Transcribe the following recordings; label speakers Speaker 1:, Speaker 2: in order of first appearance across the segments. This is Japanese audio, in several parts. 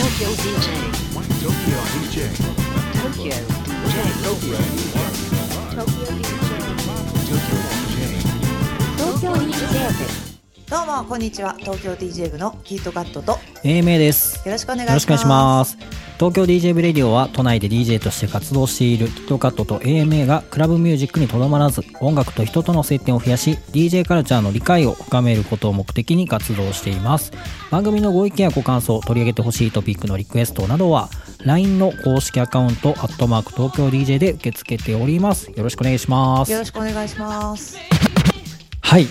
Speaker 1: DJ Tokyo DJ Tokyo DJ
Speaker 2: どうもこんにちは東京 DJ 部のキートカットとよ
Speaker 3: 英明です。
Speaker 2: ろしくお願いします
Speaker 3: よろしくお願いします。東京 DJ ブレディオは都内で DJ として活動しているキットカットと AMA がクラブミュージックにとどまらず音楽と人との接点を増やし DJ カルチャーの理解を深めることを目的に活動しています。番組のご意見やご感想、取り上げてほしいトピックのリクエストなどは LINE の公式アカウント、アットマーク東京 DJ で受け付けております。よろしくお願いします。
Speaker 2: よろしくお願いします
Speaker 3: はい。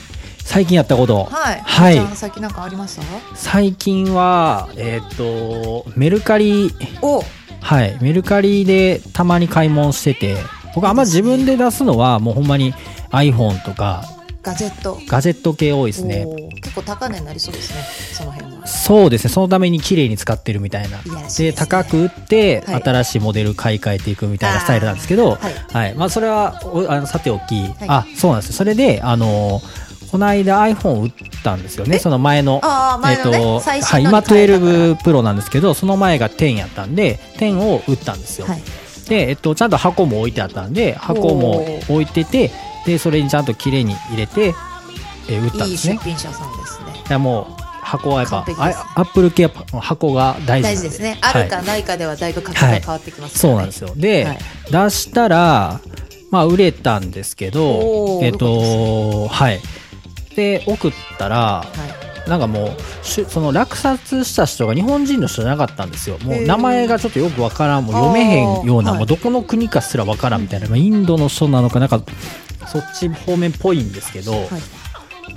Speaker 3: 最近やったこと。
Speaker 2: はい
Speaker 3: はい
Speaker 2: じゃあ先なんかありました
Speaker 3: 最近は、えーっ、と、メルカリ、
Speaker 2: お
Speaker 3: はい、メルカリでたまに買い物してて僕あんま自分で出すのはもうほんまに iPhone とか
Speaker 2: ガジェット
Speaker 3: ガジェット系多いですね
Speaker 2: おー結構高値になりそうですねその辺は
Speaker 3: そうですねそのために綺麗に使ってるみたいない
Speaker 2: やらしい
Speaker 3: で
Speaker 2: ですね
Speaker 3: 高く売って
Speaker 2: はい
Speaker 3: 新しいモデル買い替えていくみたいなスタイルなんですけど、
Speaker 2: あー
Speaker 3: はいまあ、それはおあのさておき、
Speaker 2: い
Speaker 3: あそうなんですよそれであのこの間 iPhone を売ったんですよねその前の
Speaker 2: ああ前のね、
Speaker 3: えっと
Speaker 2: 最
Speaker 3: は
Speaker 2: 新
Speaker 3: い、
Speaker 2: の
Speaker 3: 今
Speaker 2: に変えたから
Speaker 3: 12プロなんですけどその前が10やったんで10を売ったんですよ、
Speaker 2: はい
Speaker 3: で、えっと、ちゃんと箱も置いてあったんで箱も置いててでそれにちゃんと綺麗に入れて、えー打ったん
Speaker 2: いい
Speaker 3: です
Speaker 2: 出
Speaker 3: ね
Speaker 2: 品者さんですね
Speaker 3: いやもう箱はやっぱ、
Speaker 2: 完璧ですね
Speaker 3: あアップル系はやっぱ箱が大事なん
Speaker 2: 大事ですねある
Speaker 3: は
Speaker 2: か
Speaker 3: い
Speaker 2: ないかではだいぶ価格が変わってきますか
Speaker 3: そ
Speaker 2: ら
Speaker 3: う
Speaker 2: ね、
Speaker 3: なんですよで、
Speaker 2: はい
Speaker 3: 出したらまあ売れたんですけ
Speaker 2: お
Speaker 3: ど
Speaker 2: ー
Speaker 3: え
Speaker 2: よ
Speaker 3: っ
Speaker 2: かった
Speaker 3: とはいで送ったらなんかもうしゅその落札した人が日本人の人じゃなかったんですよも
Speaker 2: へ
Speaker 3: う
Speaker 2: ー
Speaker 3: 名前がちょっとよくわからんもう読めへんような
Speaker 2: あー
Speaker 3: もうどこの国かすらわからんみたいな、まあインドの人なのかなんかそっち方面っぽいんですけど、
Speaker 2: はい、はい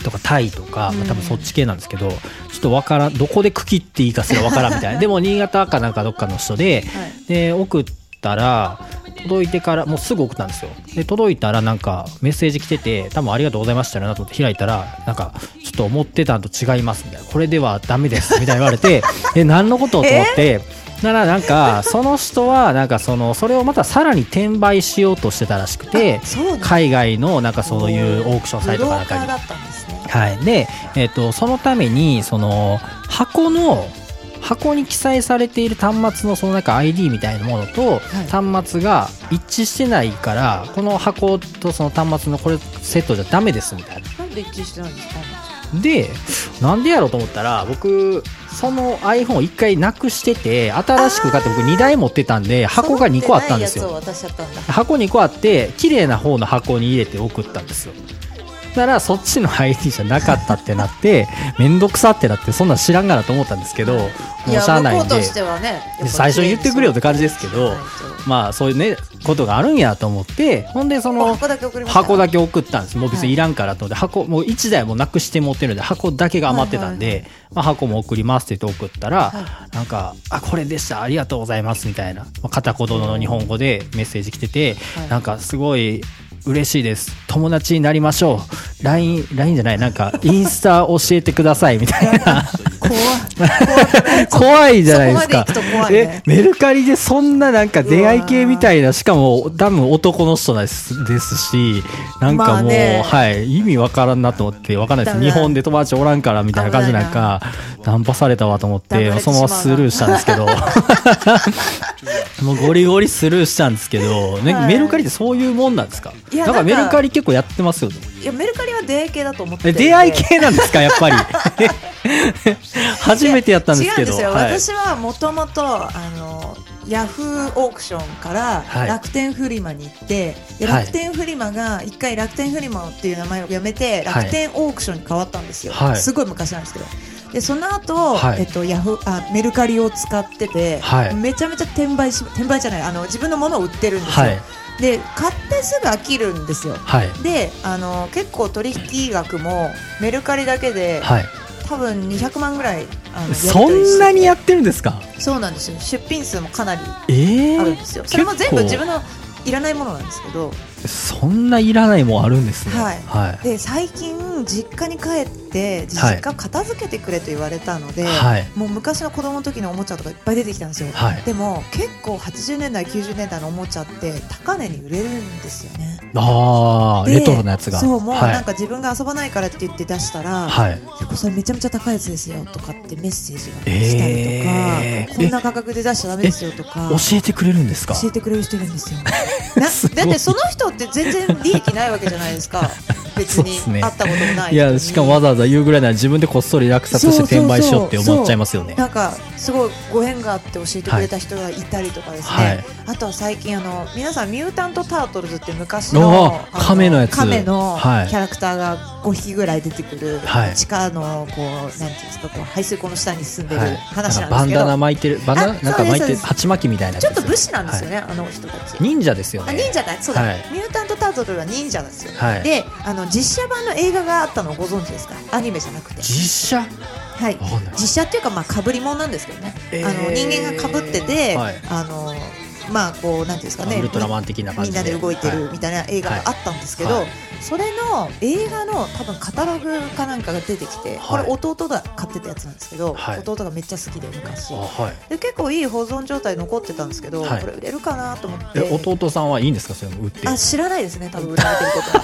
Speaker 3: とかタイとか、
Speaker 2: うん
Speaker 3: まあ、多分そっち系なんですけどちょっとわからんどこで区切っていいかすらわからんみたいなでも新潟かなんかどっかの人で
Speaker 2: はい
Speaker 3: で送ったら届いてからもうすぐ送ったんですよで届いたらなんかメッセージ来てて多分ありがとうございましたなと思って開いたらなんかちょっと思ってたんと違いますみたいなこれではダメですみたいな言われて え何のことと思ってならなんかその人はなんかそのそれをまたさらに転売しようとしてたらしくて
Speaker 2: あそうなんだ
Speaker 3: 海外のなんかそういうオークションサイトかなんか
Speaker 2: ブ
Speaker 3: に
Speaker 2: ローカーだったんですね
Speaker 3: はい、で、えっとそのためにその箱の箱に記載されている端末のそのなんか ID みたいなものと端末が一致してないからこの箱とその端末のこれセットじゃダメですみたい
Speaker 2: な
Speaker 3: な。
Speaker 2: んで一致してないんですか
Speaker 3: でなんでやろうと思ったら僕その iPhone を1回なくしてて新しく買って僕2台持ってたんで箱が2個あったんですよ。
Speaker 2: 揃ってないやつを渡しちゃったんだ
Speaker 3: 箱2個あって綺麗な方の箱に入れて送ったんですよならそっちの ID じゃなかったってなって めんどくさってなってそんなん知らんがなと思ったんですけど もう
Speaker 2: い
Speaker 3: し
Speaker 2: や
Speaker 3: ゃあない
Speaker 2: 向こ
Speaker 3: ん
Speaker 2: うと
Speaker 3: で
Speaker 2: してはねやっぱ
Speaker 3: 最初に言ってくれよって感じですけど
Speaker 2: はい
Speaker 3: まあそういうねことがあるんやと思ってほんでその
Speaker 2: 箱だけ送りました
Speaker 3: 箱だけ送ったんですもう別にいらんからと思って箱もう1台もなくして持ってるので箱だけが余ってたん
Speaker 2: はい
Speaker 3: でまあ箱も送りますって言って送ったら
Speaker 2: は
Speaker 3: なんか「あこれでしたありがとうございます」みたいなまあ片言の日本語でメッセージ来てて
Speaker 2: はい
Speaker 3: なんかすごい嬉しいです友達になりましょう LINE LINE じゃないなんかインスタ教えてくださいみたいな
Speaker 2: 怖い
Speaker 3: 怖いじゃないですか
Speaker 2: そこまで行くと怖い
Speaker 3: え
Speaker 2: ね
Speaker 3: メルカリでそんななんか出会い系みたいなしかも多分男の人ですですしなんかもう、
Speaker 2: まあね
Speaker 3: はい意味わからんなと思ってわからない
Speaker 2: だ
Speaker 3: です
Speaker 2: な
Speaker 3: 日本で友達おらんからみたいな感じなんかナンパされたわと思
Speaker 2: 騙
Speaker 3: っ
Speaker 2: され
Speaker 3: て
Speaker 2: て
Speaker 3: そのままスルーしたんですけど もうゴリゴリスルーしたんですけど、ね
Speaker 2: はい
Speaker 3: メルカリってそういうもんなんですか
Speaker 2: いや
Speaker 3: なんか
Speaker 2: なん
Speaker 3: メ
Speaker 2: か
Speaker 3: ルカリ結構やってますよね
Speaker 2: いやメルカリは出会い系だと思って
Speaker 3: え
Speaker 2: るんで
Speaker 3: 出会い系なんですかやっ ぱり 初めてやったんですけど
Speaker 2: 違うんですよ、
Speaker 3: はい
Speaker 2: 私はもともとあのヤフーオークションから
Speaker 3: はい
Speaker 2: 楽天フリマに行って、で
Speaker 3: はい
Speaker 2: 楽天フリマが一回楽天フリマっていう名前をやめて
Speaker 3: はい
Speaker 2: 楽天オークションに変わったんですよ、
Speaker 3: はい
Speaker 2: すごい昔なんですけどでその後、
Speaker 3: はい
Speaker 2: えっとヤフーあメルカリを使ってて、
Speaker 3: はい
Speaker 2: めちゃめちゃ転売し転売じゃないあの自分のものを売ってるんですよ、
Speaker 3: はい
Speaker 2: で買ってすぐ飽きるんですよ
Speaker 3: はい
Speaker 2: であの結構取引額もメルカリだけで
Speaker 3: はい
Speaker 2: 多分200万ぐらいあの
Speaker 3: そんなに
Speaker 2: や
Speaker 3: や
Speaker 2: り取りして
Speaker 3: ってるんですか
Speaker 2: てそうなんですよ出品数もかなり
Speaker 3: ええ
Speaker 2: あるんですよ、それも全部自分
Speaker 3: の
Speaker 2: のいらないものなんですけど
Speaker 3: そんないらないもんあるんですね
Speaker 2: はい
Speaker 3: はい、
Speaker 2: で最近実家に帰っって実家を片付けてくれと言われたので、
Speaker 3: はい
Speaker 2: もう昔の子供の時のおもちゃとかいっぱい出てきたんですよ、
Speaker 3: はい
Speaker 2: でも結構80年代90年代のおもちゃって高値に売れるんですよね
Speaker 3: ああ
Speaker 2: で
Speaker 3: レトロなやつが
Speaker 2: そうもう
Speaker 3: は
Speaker 2: なん
Speaker 3: い、
Speaker 2: か自分が遊ばないからって言って出したら、
Speaker 3: はい、
Speaker 2: 結構それめちゃめちゃ高いやつですよとかってメッセージが来たりとか、
Speaker 3: えー
Speaker 2: こんな価格で出しちゃダメですよとか
Speaker 3: 教えてくれるんですか
Speaker 2: 教えてくれる人いるんです よな
Speaker 3: すごい
Speaker 2: だってその人って全然利益ないわけじゃないですか別
Speaker 3: そうっ
Speaker 2: に
Speaker 3: すね
Speaker 2: 会ったこともない人に
Speaker 3: いやしかもわざわざ言うぐらいなら自分でこっそり落札して転売しようって思っちゃいますよね
Speaker 2: なんかすごいご縁があって教えてくれた人がいたりとかですね、
Speaker 3: はい
Speaker 2: あとは最近あの皆さんミュータント・タートルズって昔
Speaker 3: お
Speaker 2: の
Speaker 3: ー
Speaker 2: あの
Speaker 3: 亀のやつ
Speaker 2: 亀のキ
Speaker 3: はい
Speaker 2: ャラクターが5匹ぐらい出てくる、
Speaker 3: はい
Speaker 2: 地下のこうなんていうんですかこう排水溝の下に住んでる
Speaker 3: はい
Speaker 2: 話
Speaker 3: なん
Speaker 2: な
Speaker 3: かバ
Speaker 2: ん
Speaker 3: ン
Speaker 2: ですけど、
Speaker 3: ダナ巻いてるバンダナ
Speaker 2: あ
Speaker 3: なんか巻い
Speaker 2: そう
Speaker 3: て
Speaker 2: で
Speaker 3: る
Speaker 2: す
Speaker 3: 鉢巻きみたいなやつ
Speaker 2: ち
Speaker 3: で
Speaker 2: ょっ
Speaker 3: すよ
Speaker 2: と
Speaker 3: ね
Speaker 2: 武士なんですよね、
Speaker 3: は
Speaker 2: あの人たち。
Speaker 3: い忍者ですよ
Speaker 2: あ
Speaker 3: ね
Speaker 2: 忍者だそうだ、
Speaker 3: はい
Speaker 2: ミュータント・タートルは忍者ですよ、
Speaker 3: はい
Speaker 2: であの実写版の映画があったのをご存知ですかアニメじゃなくて、
Speaker 3: 実写
Speaker 2: はい、
Speaker 3: わかんない
Speaker 2: 実写っていうかまあかぶり物なんですけどね、
Speaker 3: えー
Speaker 2: あの人間がかぶってて、
Speaker 3: はい
Speaker 2: あのまあこうなんていうんですかね
Speaker 3: ウルトラマン的な感
Speaker 2: みん
Speaker 3: じで
Speaker 2: なで動いてる
Speaker 3: は
Speaker 2: みたいな映画があったんですけど、
Speaker 3: はいはい
Speaker 2: それの映画の多分カタログかなんかが出てきて、
Speaker 3: はい
Speaker 2: これ弟が買ってたやつなんですけど、
Speaker 3: はい
Speaker 2: 弟がめっちゃ好きで昔
Speaker 3: あはい
Speaker 2: で結構いい保存状態残ってたんですけど、
Speaker 3: はい
Speaker 2: これ売れるかなと思って
Speaker 3: え弟さんはいいんですかそれも売って
Speaker 2: あ知らないですね多分売られてること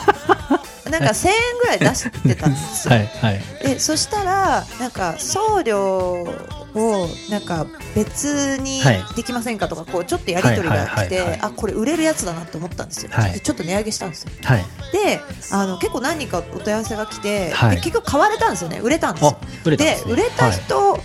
Speaker 2: はなんか1000円ぐらい出してたんですよ、
Speaker 3: はいはい
Speaker 2: でそしたらなんか送料をなんか別に
Speaker 3: はい
Speaker 2: できませんかとか、こうちょっとやり取りが来て、
Speaker 3: はいはいはい
Speaker 2: あこれ売れるやつだなと思ったんですよ、
Speaker 3: はい
Speaker 2: でちょっと値上げしたんですよ
Speaker 3: はい
Speaker 2: であの結構何人かお問い合わせが来て、
Speaker 3: はい
Speaker 2: で結局買われたんですよね売れたんです
Speaker 3: あ
Speaker 2: よ
Speaker 3: 売れたん
Speaker 2: で
Speaker 3: です、ね、
Speaker 2: 売れた
Speaker 3: はい
Speaker 2: 人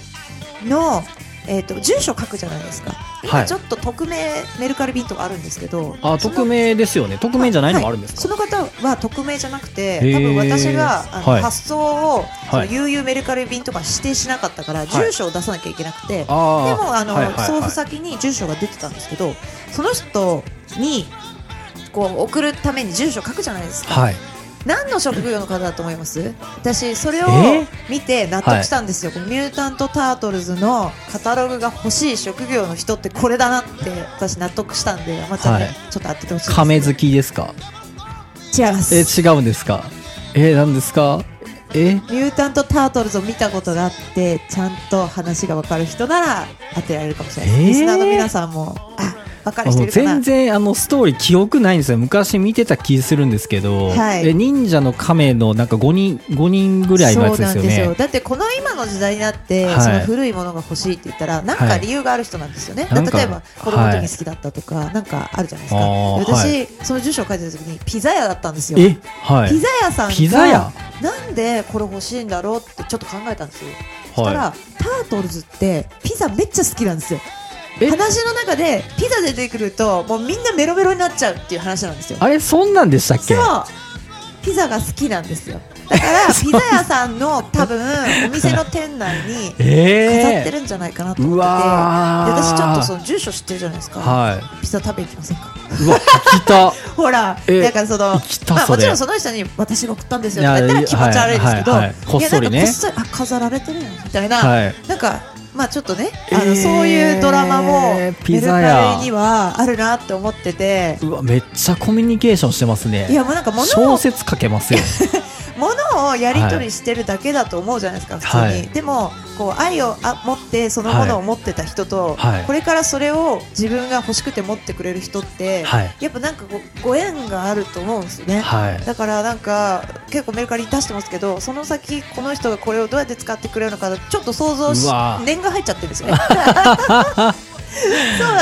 Speaker 2: の、えー、と住所書くじゃないですか、
Speaker 3: はい
Speaker 2: ちょっと匿名メルカリ便とかあるんですけど
Speaker 3: あ
Speaker 2: その
Speaker 3: 匿名ですよね匿名じゃないのもあるんですか、
Speaker 2: その方は匿名じゃなくて
Speaker 3: へー
Speaker 2: 多分私があの、
Speaker 3: はい
Speaker 2: 発送を、その
Speaker 3: はい
Speaker 2: UU メルカリ便とか指定しなかったから、住所を出さなきゃいけなくてで
Speaker 3: あー
Speaker 2: もあの、
Speaker 3: はいはいはい
Speaker 2: 送付先に住所が出てたんですけどその人にこう送るために住所書くじゃないですか、
Speaker 3: はい
Speaker 2: 何の職業の方だと思います私それを
Speaker 3: えー
Speaker 2: 見て納得したんですよ、このミュータント・タートルズのカタログが欲しい職業の人ってこれだなって私納得したんでまたね、
Speaker 3: はい
Speaker 2: ちょっと当ててほしいです
Speaker 3: 亀好きですか
Speaker 2: 違います
Speaker 3: え違うんですかえなんですかえ
Speaker 2: ミュータント・タートルズを見たことがあってちゃんと話が分かる人なら当てられるかもしれない、
Speaker 3: えー
Speaker 2: リスナーの皆さんもあ分か
Speaker 3: あ
Speaker 2: る人
Speaker 3: の
Speaker 2: いるかな
Speaker 3: 全然あのストーリー記憶ないんですよ昔見てた気するんですけど、
Speaker 2: はい
Speaker 3: え忍者の亀のなんか5人五人ぐらいのやつですよ
Speaker 2: そうなんで
Speaker 3: ね
Speaker 2: すよだってこの今の時代になって、
Speaker 3: はい
Speaker 2: その古いものが欲しいって言ったらなん
Speaker 3: は
Speaker 2: か
Speaker 3: い
Speaker 2: 理由がある人なんですよね、
Speaker 3: なんか
Speaker 2: 例えば子供の時に好きだったとか、なんかあるじゃないです
Speaker 3: あ
Speaker 2: か
Speaker 3: ー
Speaker 2: 私、
Speaker 3: は
Speaker 2: その住所を書いてた時にピザ屋だったんですよ
Speaker 3: えはい
Speaker 2: ピザ屋さんが
Speaker 3: ピザ屋
Speaker 2: なんでこれ欲しいんだろうってちょっと考えたんですよ、そした
Speaker 3: は
Speaker 2: らタートルズってピザめっちゃ好きなんですよ
Speaker 3: え
Speaker 2: 話の中でピザ出てくるともうみんなメロメロになっちゃうっていう話なんですよ
Speaker 3: いあれそんなんでしたっ
Speaker 2: そ
Speaker 3: け
Speaker 2: うピザが好きなんですよだからピザ屋さんの多分お店の店内に飾って
Speaker 3: ええ
Speaker 2: るんじゃないかなと思
Speaker 3: う
Speaker 2: ってて、
Speaker 3: わ
Speaker 2: で
Speaker 3: ー
Speaker 2: 私ちょっとその住所知ってるじゃないですか、
Speaker 3: は
Speaker 2: ピザ食べに行きませんか
Speaker 3: いうわ来た
Speaker 2: ほら、
Speaker 3: え
Speaker 2: なんかその
Speaker 3: 行きた、
Speaker 2: まあ、
Speaker 3: それ
Speaker 2: もちろんその人に私が送ったんですよとか言ったら気持ち悪いですけど、
Speaker 3: いやはいはいはいこっそりね
Speaker 2: いやなんかこっそりあ飾られてるよみたいな、
Speaker 3: はい
Speaker 2: なんか、まあちょっとね、
Speaker 3: え
Speaker 2: あ
Speaker 3: ー
Speaker 2: のそういうドラマも、
Speaker 3: ピ
Speaker 2: メル
Speaker 3: ザ
Speaker 2: カ
Speaker 3: 屋
Speaker 2: リにはあるなって思ってて、
Speaker 3: うわめっちゃコミュニケーションしてますね
Speaker 2: いやもうなんか物
Speaker 3: 小
Speaker 2: を
Speaker 3: 説書けますよ
Speaker 2: 物をやり取りしてるだけだと思うじゃないですか、普通に、
Speaker 3: はい
Speaker 2: でもこう愛をあ持ってそのものを持ってた人と、
Speaker 3: はい
Speaker 2: これからそれを自分が欲しくて持ってくれる人って、
Speaker 3: はい
Speaker 2: やっぱなんかこうご縁があると思うんですよね、
Speaker 3: はい
Speaker 2: だからなんか結構メルカリ出してますけどその先この人がこれをどうやって使ってくれるのかちょっと想像し
Speaker 3: うわ
Speaker 2: 念が入っちゃってるんです よねそうなんですよ、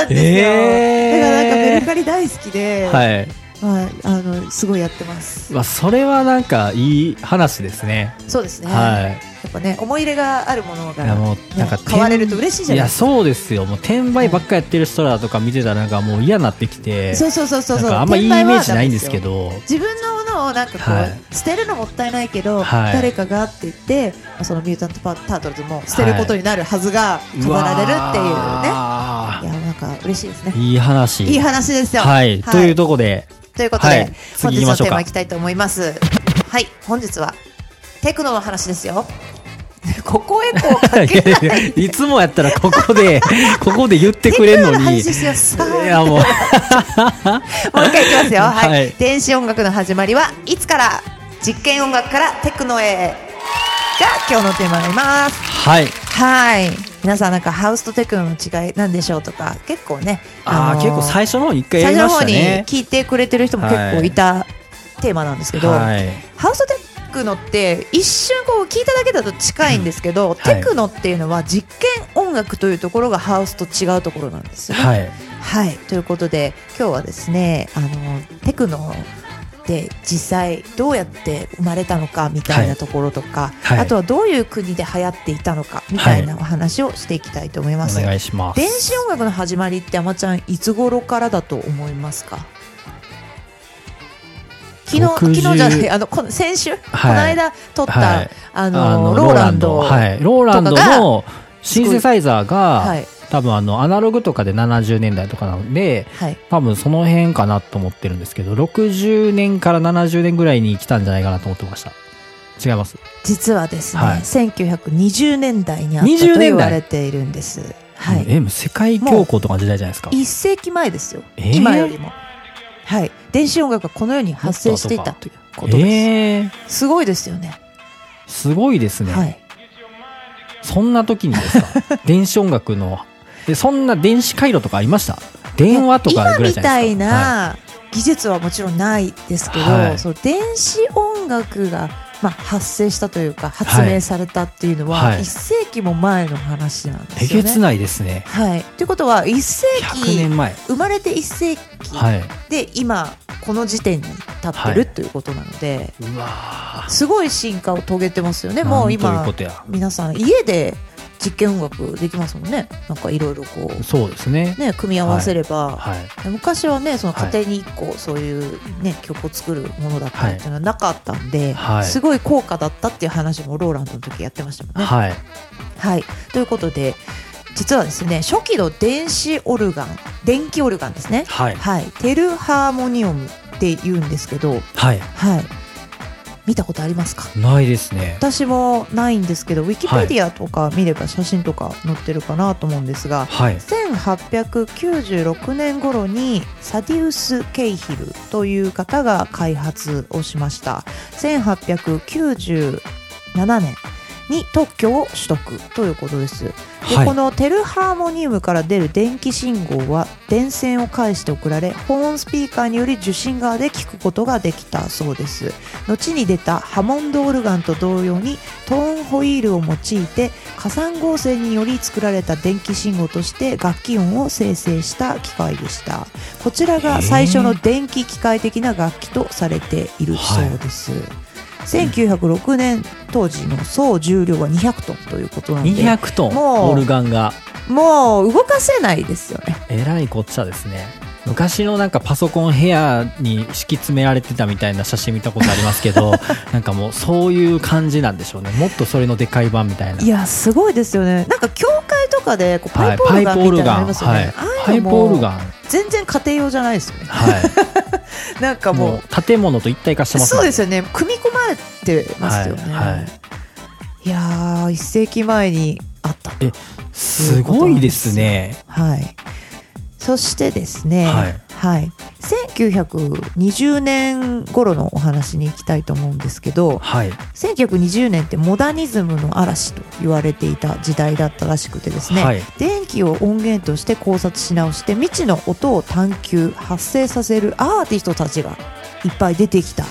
Speaker 3: えー
Speaker 2: だからなんかメルカリ大好きで、
Speaker 3: はい
Speaker 2: まあ、あのすごいやってます
Speaker 3: うわそれはなんかいい話ですね
Speaker 2: そうですね、
Speaker 3: はい
Speaker 2: やっぱね思い入れがあるもの
Speaker 3: いや
Speaker 2: が
Speaker 3: もうなんか
Speaker 2: ね買われると嬉しいじゃない
Speaker 3: いや
Speaker 2: ですか
Speaker 3: そうですよもう転売ばっかやってる人らとか見てたらなんかもう嫌になってきて
Speaker 2: そうそうそうそうそう
Speaker 3: なんかあんまいいイメージないんですけ
Speaker 2: 転売はダメよ
Speaker 3: ど
Speaker 2: 自分のものをなんかこう、
Speaker 3: はい
Speaker 2: 捨てるのもったいないけど、
Speaker 3: はい
Speaker 2: 誰かがって言ってそのミュータントパタートルズも捨てることになるはずが
Speaker 3: う
Speaker 2: 飾
Speaker 3: わ
Speaker 2: られるっていう
Speaker 3: ー
Speaker 2: ねいやなんか嬉しいですね
Speaker 3: いい話
Speaker 2: いい話ですよ
Speaker 3: はいというと こで
Speaker 2: ということで、
Speaker 3: はい
Speaker 2: 本
Speaker 3: 次行
Speaker 2: 日
Speaker 3: きま
Speaker 2: の
Speaker 3: しょう
Speaker 2: テー
Speaker 3: か
Speaker 2: マいきたいと思いますはい本日はテクノの話です よここへこうかけない
Speaker 3: いつもやったらこ こでここで言ってくれんの
Speaker 2: テクノ
Speaker 3: に
Speaker 2: 話してます
Speaker 3: いやもう
Speaker 2: もう一回いきますよ、はい
Speaker 3: はい
Speaker 2: 電子音楽の始まりはいつから実験音楽からテクノへ今日のテーマになります。
Speaker 3: はい。
Speaker 2: はい。皆さんなんかハウスとテクノの違いなんでしょうとか、結構ね。
Speaker 3: ああ、
Speaker 2: のー
Speaker 3: 結構最初の方に一回や
Speaker 2: 最
Speaker 3: り
Speaker 2: 初の
Speaker 3: ま
Speaker 2: 方
Speaker 3: した
Speaker 2: に
Speaker 3: ね。
Speaker 2: 聞いてくれてる人も結構いたテーマなんですけど、
Speaker 3: はい。
Speaker 2: ハウステクノって一瞬こう聞いただけだと近いんですけど、
Speaker 3: はい
Speaker 2: テクノっていうのは実験音楽というところがハウスと違うところなんですよね。
Speaker 3: はい。
Speaker 2: はい、ということで今日はですねあのテクノで実際どうやって生まれたのかみたいなところとか、
Speaker 3: はい
Speaker 2: あとはどういう国で流行っていたのかみたいなお話をしていきたいと思います。
Speaker 3: お願いします。
Speaker 2: 電子音楽の始まりってあまちゃんいつ頃からだと思いますか昨日昨
Speaker 3: 60
Speaker 2: 日じゃないあのこの先週、この間撮った、
Speaker 3: はい
Speaker 2: あの
Speaker 3: あの
Speaker 2: ローランド
Speaker 3: はい。ローランド
Speaker 2: とか
Speaker 3: のシンセサイザー
Speaker 2: は
Speaker 3: が、
Speaker 2: い
Speaker 3: 多分あの、アナログとかで70年代とかなので、
Speaker 2: はい
Speaker 3: 多分その辺かなと思ってるんですけど、60年から70年ぐらいに来たんじゃないかなと思ってました。違います。
Speaker 2: 実はですね、
Speaker 3: はい
Speaker 2: 1920年代にあった
Speaker 3: 20
Speaker 2: と
Speaker 3: 年代
Speaker 2: 言われているんです。はい、
Speaker 3: え、もう世界恐慌とかの時代じゃないですか。
Speaker 2: 一世紀前ですよ、
Speaker 3: えー
Speaker 2: 今よりも。はい、電子音楽がこのように発生していたということです。
Speaker 3: えー、
Speaker 2: すごいですよね。
Speaker 3: すごいですね。
Speaker 2: はい、
Speaker 3: そんな時にで すか電子音楽の、でそんな電子回路とかありました電話とかあるぐ
Speaker 2: 今
Speaker 3: らい
Speaker 2: み
Speaker 3: じゃな
Speaker 2: た
Speaker 3: いで
Speaker 2: い
Speaker 3: すか。は
Speaker 2: な技術はもちろんないですけど、
Speaker 3: はい
Speaker 2: その電子音楽が、まあ、発生したというか発明されたっていうのは、
Speaker 3: はい
Speaker 2: 一世紀も前の話なんで
Speaker 3: いえ
Speaker 2: すよ
Speaker 3: げ
Speaker 2: ね。
Speaker 3: つないですね。
Speaker 2: はい、ということは一世
Speaker 3: 100
Speaker 2: 紀
Speaker 3: 年前。
Speaker 2: 生まれて一世紀
Speaker 3: はい。
Speaker 2: で今この時点に立って
Speaker 3: は
Speaker 2: る
Speaker 3: い
Speaker 2: ということなので、
Speaker 3: うわ
Speaker 2: すごい進化を遂げてますよねもう
Speaker 3: という
Speaker 2: 今
Speaker 3: ことや。
Speaker 2: 皆さん家で実験音楽できますもんねなんかいろいろこ
Speaker 3: そうですね
Speaker 2: う。ね組み合わせれば、
Speaker 3: はい。
Speaker 2: 昔はねその家庭に1個そういう、ね、曲を作るものだったりっていうのはなかったんで、
Speaker 3: はい
Speaker 2: すごい高価だったっていう話もローランドの時やってましたもんね。はい、
Speaker 3: はい。
Speaker 2: ということで実はですね初期の電子オルガン電気オルガンですね、
Speaker 3: はい。
Speaker 2: はい、テルハーモニウムって言うんですけど、
Speaker 3: はい。
Speaker 2: はい、見たことありますか
Speaker 3: ないですね。
Speaker 2: 私もないんですけどウィキペディアとか見れば写真とか載ってるかなと思うんですが、
Speaker 3: はい。
Speaker 2: 1896年頃にサディウス・ケイヒルという方が開発をしました1897年に特許を取得ということですで、こ
Speaker 3: は。
Speaker 2: のテルハーモニウムから出る電気信号は電線を介して送られホーンスピーカーにより受信側で聞くことができたそうです後に出たハモンドオルガンと同様にトーンホイールを用いて加算合成により作られた電気信号として楽器音を生成した機械でしたこちらが最初の電気機械的な楽器とされているそうです、1906年当時の総重量は200トンということないんで
Speaker 3: 200トン、
Speaker 2: もう
Speaker 3: オルガンが。
Speaker 2: もう動かせないですよね
Speaker 3: えらいこっちゃですね。昔のなんかパソコン部屋に敷き詰められてたみたいな写真見たことあります けど、なんかもうそういう感じなんでしょうね。もっとそれのでかい版みたいな。
Speaker 2: いやすごいですよねなんか教会とかでこうパ
Speaker 3: は
Speaker 2: イ
Speaker 3: い
Speaker 2: プオルガンみたいなのありますよ
Speaker 3: はい
Speaker 2: ね、ああ
Speaker 3: パ
Speaker 2: い
Speaker 3: イ
Speaker 2: う
Speaker 3: プ
Speaker 2: の
Speaker 3: オル
Speaker 2: も
Speaker 3: ガン。
Speaker 2: 全然家庭用じゃないですよね
Speaker 3: は
Speaker 2: なんか
Speaker 3: い。
Speaker 2: もう
Speaker 3: もう建物と一体化してます
Speaker 2: そうです
Speaker 3: よ。
Speaker 2: よね組み込まれてますよね、
Speaker 3: はい
Speaker 2: い
Speaker 3: はい
Speaker 2: やー一世紀前にあった
Speaker 3: えすごいですね。
Speaker 2: はいそしてですね
Speaker 3: はい、
Speaker 2: はい1920年頃のお話に行きたいと思うんですけど
Speaker 3: はい。
Speaker 2: 1920年ってモダニズムの嵐と言われていた時代だったらしくてですね、
Speaker 3: はい。
Speaker 2: 電気を音源として考察し直して未知の音を探求発生させるアーティストたちがいっぱい出てきた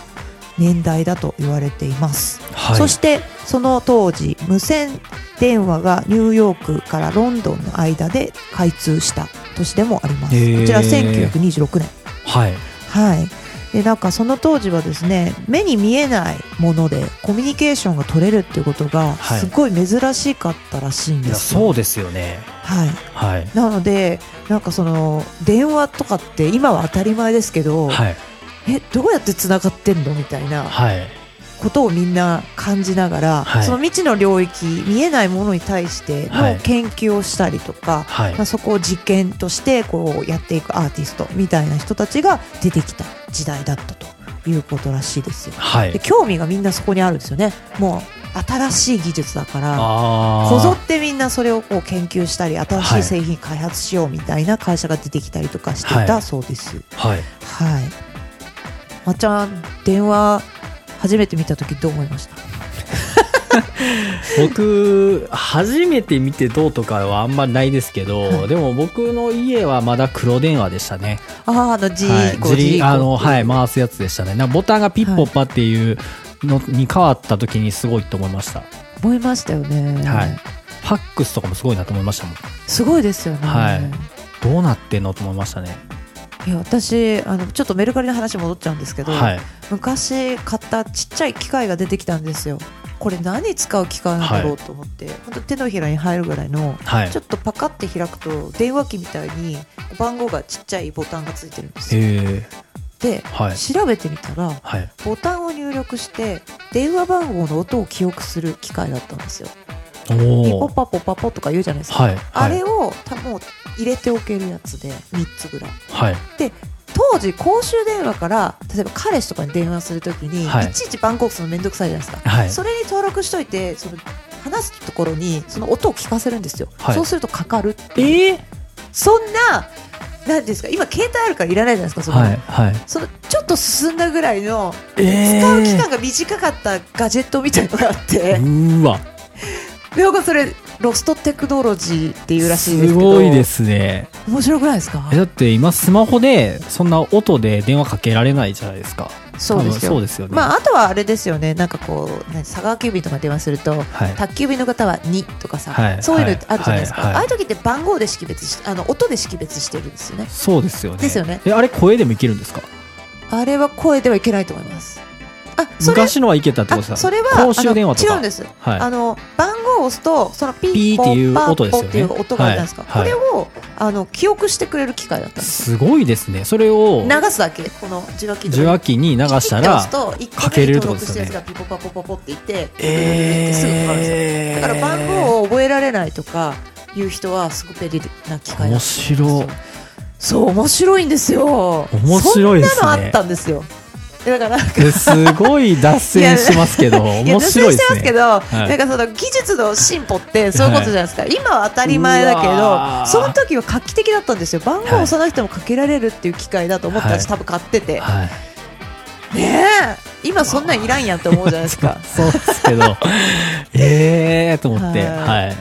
Speaker 2: 年代だと言われています、
Speaker 3: はい。
Speaker 2: そしてその当時無線電話がニューヨークからロンドンの間で開通した年でもあります
Speaker 3: へー
Speaker 2: こちら1926年
Speaker 3: はい。
Speaker 2: はいでなんかその当時はですね目に見えないものでコミュニケーションが取れるっていうことが
Speaker 3: はい
Speaker 2: すごい珍しかったらしいん
Speaker 3: い
Speaker 2: で
Speaker 3: や、
Speaker 2: すよ、
Speaker 3: そうですよね。
Speaker 2: はい、
Speaker 3: はい。
Speaker 2: なのでなんかその電話とかって今は当たり前ですけど、
Speaker 3: はい。
Speaker 2: えどうやってつながってんのみたいな
Speaker 3: はい。
Speaker 2: ことをみんな感じながら、
Speaker 3: はい
Speaker 2: その未知の領域見えないものに対して
Speaker 3: は
Speaker 2: の
Speaker 3: い
Speaker 2: 研究をしたりとか、
Speaker 3: はい
Speaker 2: まあ、。そこを実験としてこうやっていくアーティストみたいな人たちが出てきた時代だったということらしいですよ。
Speaker 3: は
Speaker 2: で
Speaker 3: い。
Speaker 2: 興味がみんなそこにあるんですよね。もう新しい技術だから
Speaker 3: ああ。
Speaker 2: こぞってみんなそれをこう研究したり新しい製品開発しようみたいな会社が出てきたりとかしてい
Speaker 3: は
Speaker 2: た
Speaker 3: い
Speaker 2: そうです。
Speaker 3: はい。
Speaker 2: はい。まっちゃん電話初めて見た時どう思いました？
Speaker 3: 僕初めて見てどうとかはあんまりないですけどでも僕の家はまだ黒電話でしたね
Speaker 2: あああの G
Speaker 3: はい、
Speaker 2: こう
Speaker 3: ジ
Speaker 2: G
Speaker 3: リあの、はいい、回すやつでしたね。なんかボタンがピッポッパっていうのに変わった時にすごいと思いました。
Speaker 2: 思いましたよね、
Speaker 3: はい。ファックスとかもすごいなと思いましたもん。
Speaker 2: すごいですよね、
Speaker 3: はいどうなってんのと思いましたね。
Speaker 2: いや私あのちょっとメルカリの話戻っちゃうんですけど、
Speaker 3: はい。
Speaker 2: 昔買ったちっちゃい機械が出てきたんですよこれ何使う機械なんだろうと思って、ほんと手のひらに入るぐらいの
Speaker 3: はい
Speaker 2: ちょ。っとパカって開くと電話機みたいに番号がちっちゃいボタンがついてるんですよ
Speaker 3: え
Speaker 2: で、
Speaker 3: ー、はい。
Speaker 2: 調べてみたら
Speaker 3: はい。
Speaker 2: ボタンを入力して電話番号の音を記憶する機械だったんですよピ
Speaker 3: お
Speaker 2: ポ
Speaker 3: ー。
Speaker 2: パポパポとか言うじゃないですか、
Speaker 3: はい。
Speaker 2: あ
Speaker 3: は
Speaker 2: れ
Speaker 3: い。
Speaker 2: をたもう入れておけるやつで3つぐらい
Speaker 3: はい。
Speaker 2: 当時公衆電話から例えば彼氏とかに電話するときに、
Speaker 3: はい
Speaker 2: い、ちいち番号するのめんどくさいじゃないですか、
Speaker 3: はい
Speaker 2: それに登録しといてその話すところにその音を聞かせるんですよ、
Speaker 3: はい
Speaker 2: そうするとかかる
Speaker 3: えー
Speaker 2: そんななんですか今携帯あるからいらないじゃないですかその,、
Speaker 3: はい。はい。
Speaker 2: そのちょっと進んだぐらいの
Speaker 3: え
Speaker 2: 使う期間が短かったガジェットみたいのがあって
Speaker 3: う、ーわ。
Speaker 2: なんかそれロストテクノロジーっていうらしいですすけど
Speaker 3: ごいですね。
Speaker 2: 面白くないですか
Speaker 3: え、だって今スマホでそんな音で電話かけられないじゃないですか。
Speaker 2: そうですよ
Speaker 3: 多分そうですよね。
Speaker 2: まあ、あとはあれですよねなんかこう何佐川急便とか電話すると
Speaker 3: はい。
Speaker 2: 宅急便の方は2とかさ、
Speaker 3: はい
Speaker 2: そういうのあるじゃないですか、
Speaker 3: はいはい
Speaker 2: ああいう時って番号で識別しあの音で識別してるんですよね
Speaker 3: そうですよね。
Speaker 2: ですよね
Speaker 3: え、あれ声でもいけるんですか
Speaker 2: あれは声ではいけないと思いますあそれ
Speaker 3: 昔のはいけたってことです
Speaker 2: あ
Speaker 3: か
Speaker 2: それは
Speaker 3: 公衆電話とか
Speaker 2: あの違うんです、
Speaker 3: はい。
Speaker 2: あの番号を押すとそのピ
Speaker 3: ピ
Speaker 2: ン
Speaker 3: ー
Speaker 2: ポ
Speaker 3: ってい
Speaker 2: ン
Speaker 3: う
Speaker 2: パン
Speaker 3: 音です
Speaker 2: ポ
Speaker 3: よ
Speaker 2: ン
Speaker 3: ね
Speaker 2: っていう音があるじゃないですか、
Speaker 3: はいは
Speaker 2: これをあの記憶してくれる機械だったんです
Speaker 3: すごいですね。それを
Speaker 2: 流すだけこの受話器
Speaker 3: 受話器に流したら、
Speaker 2: か
Speaker 3: かけれるってことですよ
Speaker 2: や
Speaker 3: ね
Speaker 2: つがピポパポポポっていって、
Speaker 3: えー
Speaker 2: すぐかかるんですよだから番号を覚えられないとかいう人はすごく便利な機械だ
Speaker 3: 面白い。
Speaker 2: そう面白いんですよ
Speaker 3: 面白いですね
Speaker 2: そんなのあったんですよでだからなんか
Speaker 3: えすごい脱線しますけど、
Speaker 2: いや
Speaker 3: 面白
Speaker 2: 脱線
Speaker 3: いで
Speaker 2: して
Speaker 3: す
Speaker 2: ますけ
Speaker 3: ね。
Speaker 2: ど、
Speaker 3: い
Speaker 2: なんかその技術の進歩ってそういうことじゃないですか、今は当たり前だけ
Speaker 3: うわー
Speaker 2: どその時は画期的だったんですよ番号を押さなくてもかけられるっていう機械だと思ったら、
Speaker 3: はい
Speaker 2: 多分買ってて、
Speaker 3: はい。
Speaker 2: ねえ今そんなんいらんやんって思うじゃないですか
Speaker 3: そうですけ ど、えーと思って、
Speaker 2: はい
Speaker 3: はい。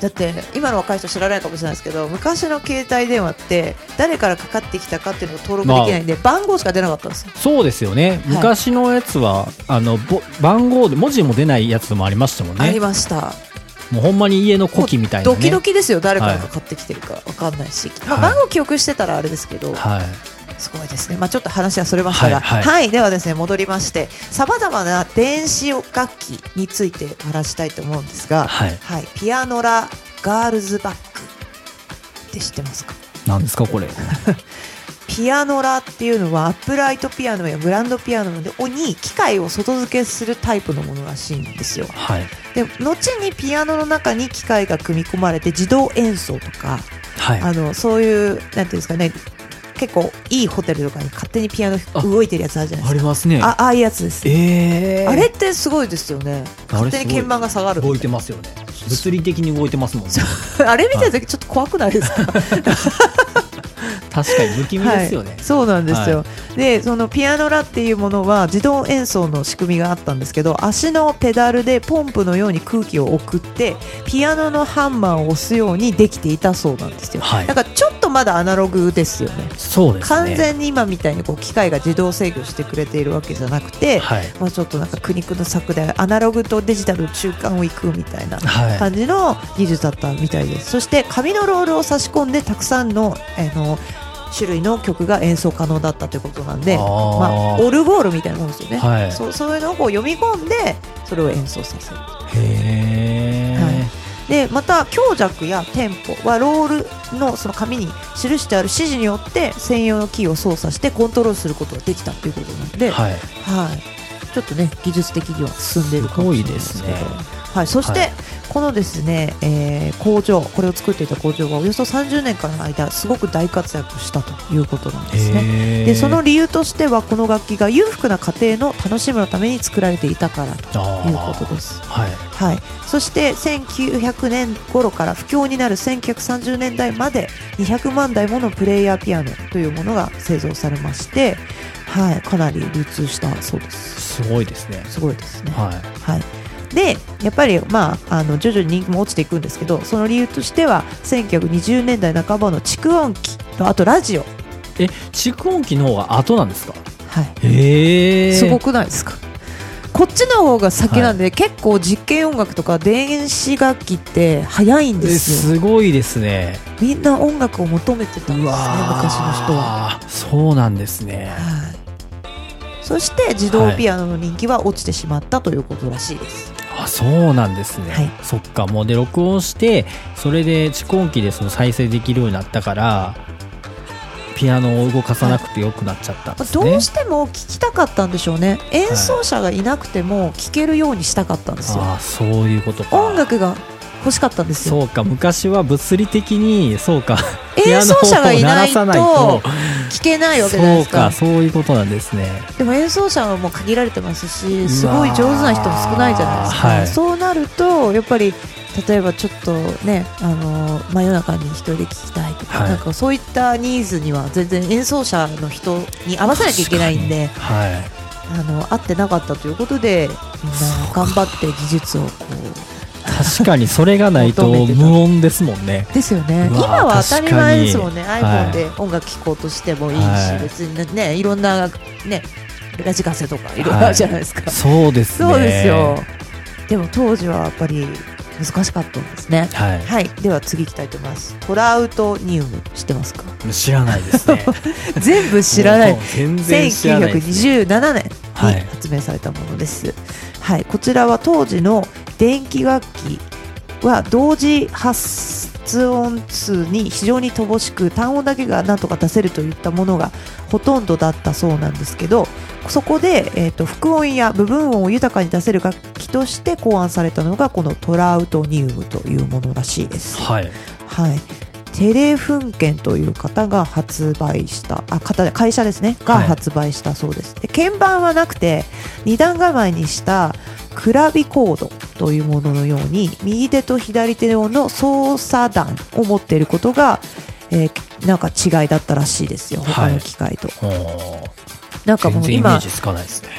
Speaker 2: だって今の若い人知らないかもしれないですけど昔の携帯電話って誰からかかってきたかっていうのが登録できないんで、番号しか出なかったんですよ
Speaker 3: そうですよね。昔のやつは、あの、ぼ番号で、文字も出ないやつもありましたもん
Speaker 2: あり
Speaker 3: ね。
Speaker 2: ました
Speaker 3: もうほんまに家の古希みたいな
Speaker 2: ド
Speaker 3: ね。
Speaker 2: キドキですよ誰からかかってきてるかわかんないし、まあ、
Speaker 3: はい
Speaker 2: 番号記憶してたらあれですけど、
Speaker 3: はい。
Speaker 2: すごいですね、まあ、ちょっと話はそれましたが、
Speaker 3: は
Speaker 2: はいい
Speaker 3: は
Speaker 2: ではですね戻りましてさまざまな電子楽器についてお話したいと思うんですが、
Speaker 3: はい
Speaker 2: はい、ピアノラガールズバックって知ってますか
Speaker 3: なんですか、これ。
Speaker 2: ピアノラっていうのはアップライトピアノやグランドピアノでに機械を外付けするタイプのものらしいんですよ
Speaker 3: はい。
Speaker 2: で後にピアノの中に機械が組み込まれて自動演奏とか
Speaker 3: はい。
Speaker 2: あのそういうなんていうんですかね結構いいホテルとかに勝手にピアノ
Speaker 3: あ
Speaker 2: 動いてるやつあるじゃない
Speaker 3: あ
Speaker 2: です
Speaker 3: り
Speaker 2: か
Speaker 3: ますね。
Speaker 2: あああいうやつです
Speaker 3: えー
Speaker 2: あれってすごいですよね
Speaker 3: あれ
Speaker 2: 勝手に鍵盤が下がる
Speaker 3: 動いてますよね物理的に動いてますもんね
Speaker 2: あれ見た時ちょっと怖くないですか
Speaker 3: 確かに不気味ですよね、
Speaker 2: はい、そうなんですよ、でそのピアノラっていうものは自動演奏の仕組みがあったんですけど足のペダルでポンプのように空気を送ってピアノのハンマーを押すようにできていたそうなんですよ、
Speaker 3: はい
Speaker 2: だからちょっとまだアナログですよね
Speaker 3: そうですね
Speaker 2: 完全に今みたいにこう機械が自動制御してくれているわけじゃなくて、
Speaker 3: はい
Speaker 2: まあ、ちょっとなんか苦肉の策でアナログとデジタルの中間を行くみたいな
Speaker 3: はい
Speaker 2: 感じの技術だったみたいですそして紙のロールを差し込んでたくさんのあの種類の曲が演奏可能だったということなんで
Speaker 3: あー
Speaker 2: まあ、オルゴールみたいなもんですよね、
Speaker 3: はい
Speaker 2: そうそういうのをこう読み込んでそれを演奏させる
Speaker 3: へー
Speaker 2: はでまた強弱やテンポはロールのその紙に記してある指示によって専用のキーを操作してコントロールすることができたということなんで、はい
Speaker 3: はい
Speaker 2: ちょっとね技術的には進んでいるかもしれないですけど
Speaker 3: すごいで
Speaker 2: はい、そして、
Speaker 3: はい
Speaker 2: このですね、えー工場これを作っていた工場はおよそ30年間の間すごく大活躍したということなんですね。
Speaker 3: へー
Speaker 2: でその理由としてはこの楽器が裕福な家庭の楽しむために作られていたからと
Speaker 3: あー
Speaker 2: いうことです。
Speaker 3: はい
Speaker 2: はい、そして1900年頃から不況になる1930年代まで200万台ものプレイヤーピアノというものが製造されまして、はい、かなり流通したそうです
Speaker 3: すごいですね
Speaker 2: すごいですね、
Speaker 3: はい
Speaker 2: はい、でやっぱり、まあ、あの徐々に人気も落ちていくんですけどその理由としては1920年代半ばの蓄音機とあとラジオ、
Speaker 3: え蓄音機の方が後なんですか
Speaker 2: はい
Speaker 3: へえ
Speaker 2: すごくないですかこっちの方が先なんで、結構実験音楽とか電子楽器って早いんですよ
Speaker 3: すごいですね
Speaker 2: みんな音楽を求めてたんですね昔の人は、
Speaker 3: はそうなんですね
Speaker 2: はい、そして自動ピアノの人気は落ちてしまったということらしいです、
Speaker 3: あそうなんですね、
Speaker 2: はい
Speaker 3: そっかもうで録音してそれで蓄音機でその再生できるようになったからピアノを動かさなくてよくなっちゃったんですね、
Speaker 2: どうしても聴きたかったんでしょうね演奏者がいなくても聴けるようにしたかったんですよ、
Speaker 3: ああそういうことか
Speaker 2: 音楽が欲しかったんですよ
Speaker 3: そうか昔は物理的にそ うかピア
Speaker 2: 演
Speaker 3: ノ
Speaker 2: 奏
Speaker 3: を
Speaker 2: 者がい
Speaker 3: 鳴
Speaker 2: な
Speaker 3: ら
Speaker 2: い
Speaker 3: さ
Speaker 2: と
Speaker 3: ない
Speaker 2: 聴
Speaker 3: と
Speaker 2: けないわけじゃないで
Speaker 3: そう
Speaker 2: すか
Speaker 3: かそういうことなんですね
Speaker 2: でも演奏者はもう限られてますしすごい上手な人も少ないじゃないですか、
Speaker 3: うわーはい
Speaker 2: そうなるとやっぱり例えばちょっとねあの真夜中に一人で聴きたいとか,、
Speaker 3: はい
Speaker 2: なんかそういったニーズには全然演奏者の人に合わせなきゃいけないんで
Speaker 3: 確かにはい
Speaker 2: あの合ってなかったということでみんな頑張って技術をこう
Speaker 3: 確かにそれがないと
Speaker 2: 求めてた
Speaker 3: 無音ですもんね
Speaker 2: ですよね
Speaker 3: う
Speaker 2: 今
Speaker 3: わー
Speaker 2: は当たり前ですもんね
Speaker 3: 確か
Speaker 2: iPhone
Speaker 3: に
Speaker 2: で音楽聴こうとしてもいいし、
Speaker 3: はい
Speaker 2: 別にねいろんなねラジカセとかいろいろあるじゃないですか、
Speaker 3: そうですね
Speaker 2: そうですよ。でも当時はやっぱり難しかったんですね。
Speaker 3: は
Speaker 2: はい、では次行きたいと思います。トラウトニウム知って ますか？
Speaker 3: い知らないですね
Speaker 2: 全部 知らな
Speaker 3: も
Speaker 2: い。
Speaker 3: う全然知らないですね
Speaker 2: 1927年に
Speaker 3: はい
Speaker 2: 発明されたものです。はい、こちらは当時の電気楽器は同時発音数に非常に乏しく単音だけがなんとか出せるといったものがほとんどだったそうなんですけどそこで、えー、と副音や部分音を豊かに出せる楽器として考案されたのがこのトラウトニウムというものらしいです。
Speaker 3: はい
Speaker 2: はい、テレフンケンという方が発売したあ方会社ですねが
Speaker 3: はい
Speaker 2: 発売したそうです、で鍵盤はなくて二段構えにしたクラビコードというもののように右手と左手用の操作弾を持っていることが、えーなんか違いだったらしいですよ
Speaker 3: はい
Speaker 2: 他の機械と、
Speaker 3: おー
Speaker 2: なんかも
Speaker 3: 全
Speaker 2: う
Speaker 3: 然イメー
Speaker 2: 今
Speaker 3: ジつかないですね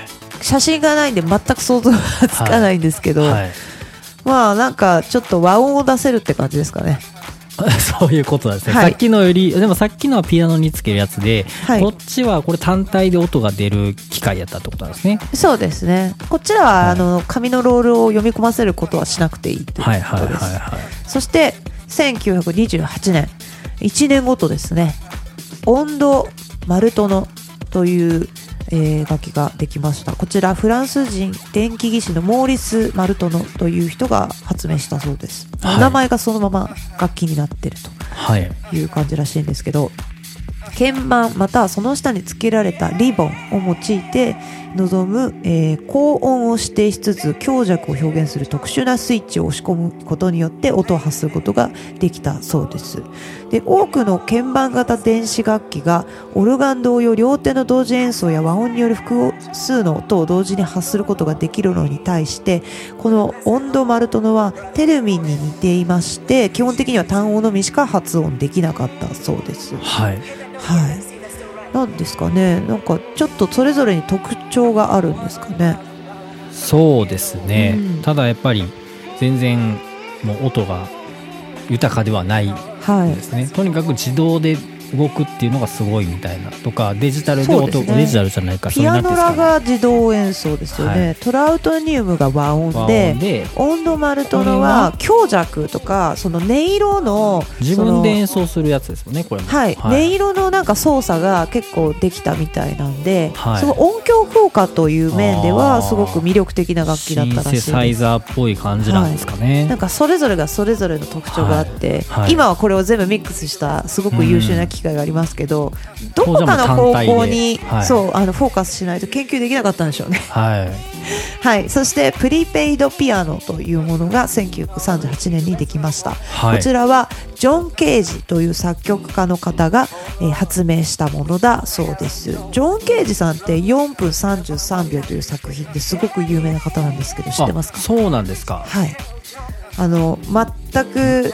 Speaker 2: 写真がないんで全く想像がつかないんですけど、
Speaker 3: はい
Speaker 2: まあなんかちょっと和音を出せるって感じですかね
Speaker 3: そういうことなんですね、
Speaker 2: はい
Speaker 3: さっきのよりでもさっきのはピアノにつけるやつで、
Speaker 2: はい
Speaker 3: こっちはこれ単体で音が出る機械やったってことなんですね
Speaker 2: そうですね。こっちらは、
Speaker 3: はい
Speaker 2: あの紙のロールを読み込ませることはしなくていいということです。
Speaker 3: はいはいはいはい
Speaker 2: そして1928年、1年ごとですね、音頭マルトノという、えー楽器ができました。こちらフランス人電気技師のモーリス・マルトノという人が発明したそうです。
Speaker 3: はい
Speaker 2: お名前がそのまま楽器になってると。
Speaker 3: はい
Speaker 2: いう感じらしいんですけど鍵盤またはその下につけられたリボンを用いて望む、えー高音を指定しつつ強弱を表現する特殊なスイッチを押し込むことによって音を発することができたそうですで多くの鍵盤型電子楽器がオルガン同様両手の同時演奏や和音による複数の音を同時に発することができるのに対してこの音頭マルトノはテルミンに似ていまして基本的には単音のみしか発音できなかったそうです
Speaker 3: はい
Speaker 2: はいなんですかねなんかちょっとそれぞれに特徴があるんですかね
Speaker 3: そうですね、
Speaker 2: うん
Speaker 3: ただやっぱり全然もう音が豊かではないん
Speaker 2: はい
Speaker 3: ですね、とにかく自動で動くっていうのがすごいみたいなとかデジタルで
Speaker 2: そう
Speaker 3: 音
Speaker 2: ですね
Speaker 3: デジタルじゃないか
Speaker 2: ピアノラ
Speaker 3: そ
Speaker 2: が自動演奏ですよね、
Speaker 3: は
Speaker 2: トラウトニウムが和音
Speaker 3: うな
Speaker 2: で
Speaker 3: んですかね和音で
Speaker 2: 音頭マルトノは強弱とかその音色の
Speaker 3: 自分で演奏するやつですもんねこれも
Speaker 2: はい、音色のなんか操作が結構できたみたいなんで、
Speaker 3: はい
Speaker 2: その音響効果という面では
Speaker 3: あー
Speaker 2: すごく魅力的な楽器だったらしい
Speaker 3: シ
Speaker 2: で
Speaker 3: ン
Speaker 2: す
Speaker 3: セサイザーっぽい感じなんですかね、
Speaker 2: なんかそれぞれがそれぞれの特徴があって、
Speaker 3: はいはい
Speaker 2: 今はこれを全部ミックスしたすごく優秀な機械がありますけど、どこかの方
Speaker 3: 当時はもう単体で
Speaker 2: 向に、
Speaker 3: はい
Speaker 2: そうあのフォーカスしないと研究できなかったんでしょうね。
Speaker 3: はい
Speaker 2: はい、そしてプリペイドピアノというものが1938年にできました、
Speaker 3: はい
Speaker 2: こちらはジョン・ケージという作曲家の方が、えー発明したものだそうですジョン・ケージさんって4分33秒という作品ですごく有名な方なんですけど知ってますか
Speaker 3: あそうなんですか
Speaker 2: はいあの全く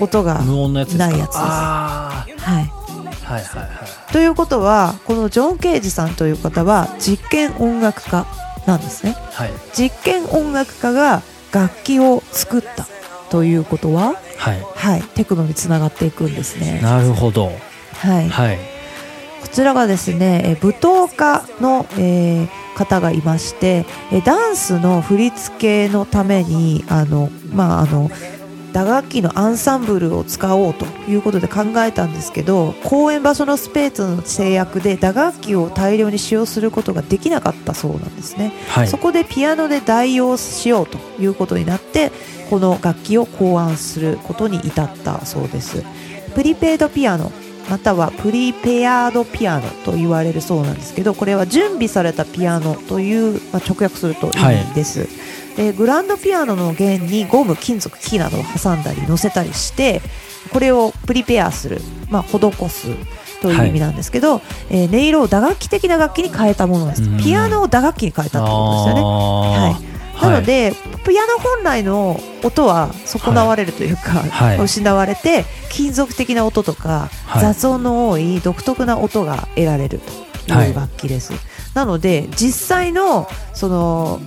Speaker 2: 音が
Speaker 3: 無音のやつですか
Speaker 2: ないやつです
Speaker 3: あ
Speaker 2: はい
Speaker 3: ーはいはいはい
Speaker 2: ということはこのジョン・ケージさんという方は実験音楽家なんですね
Speaker 3: はい
Speaker 2: 実験音楽家が楽器を作ったということは、
Speaker 3: はい
Speaker 2: はい、テクノにつながっていくんですね。
Speaker 3: なるほど
Speaker 2: はい、
Speaker 3: はい
Speaker 2: こちらがですね、えー舞踏家の、えー方がいまして、えーダンスの振り付けのためにあの、まあ、あの打楽器のアンサンブルを使おうということで考えたんですけど公演場所のスペースの制約で打楽器を大量に使用することができなかったそうなんですね、
Speaker 3: はい
Speaker 2: そこでピアノで代用しようということになってこの楽器を考案することに至ったそうですプリペイドピアノまたはプリペアードピアノと言われるそうなんですけどこれは準備されたピアノという、まあ直訳すると意味です、でグランドピアノの弦にゴム金属木などを挟んだり乗せたりしてこれをプリペアする、まあ、施すという意味なんですけど、えー音色を打楽器的な楽器に変えたものなんです
Speaker 3: うん
Speaker 2: ピアノを打楽器に変えたってことですよね
Speaker 3: あー
Speaker 2: なので、ピアノ本来の音は損なわれるというか、
Speaker 3: はい
Speaker 2: 失われて金属的な音とか、
Speaker 3: はい
Speaker 2: 雑音の多い独特な音が得られると
Speaker 3: はいいう
Speaker 2: 楽器です、なので実際のその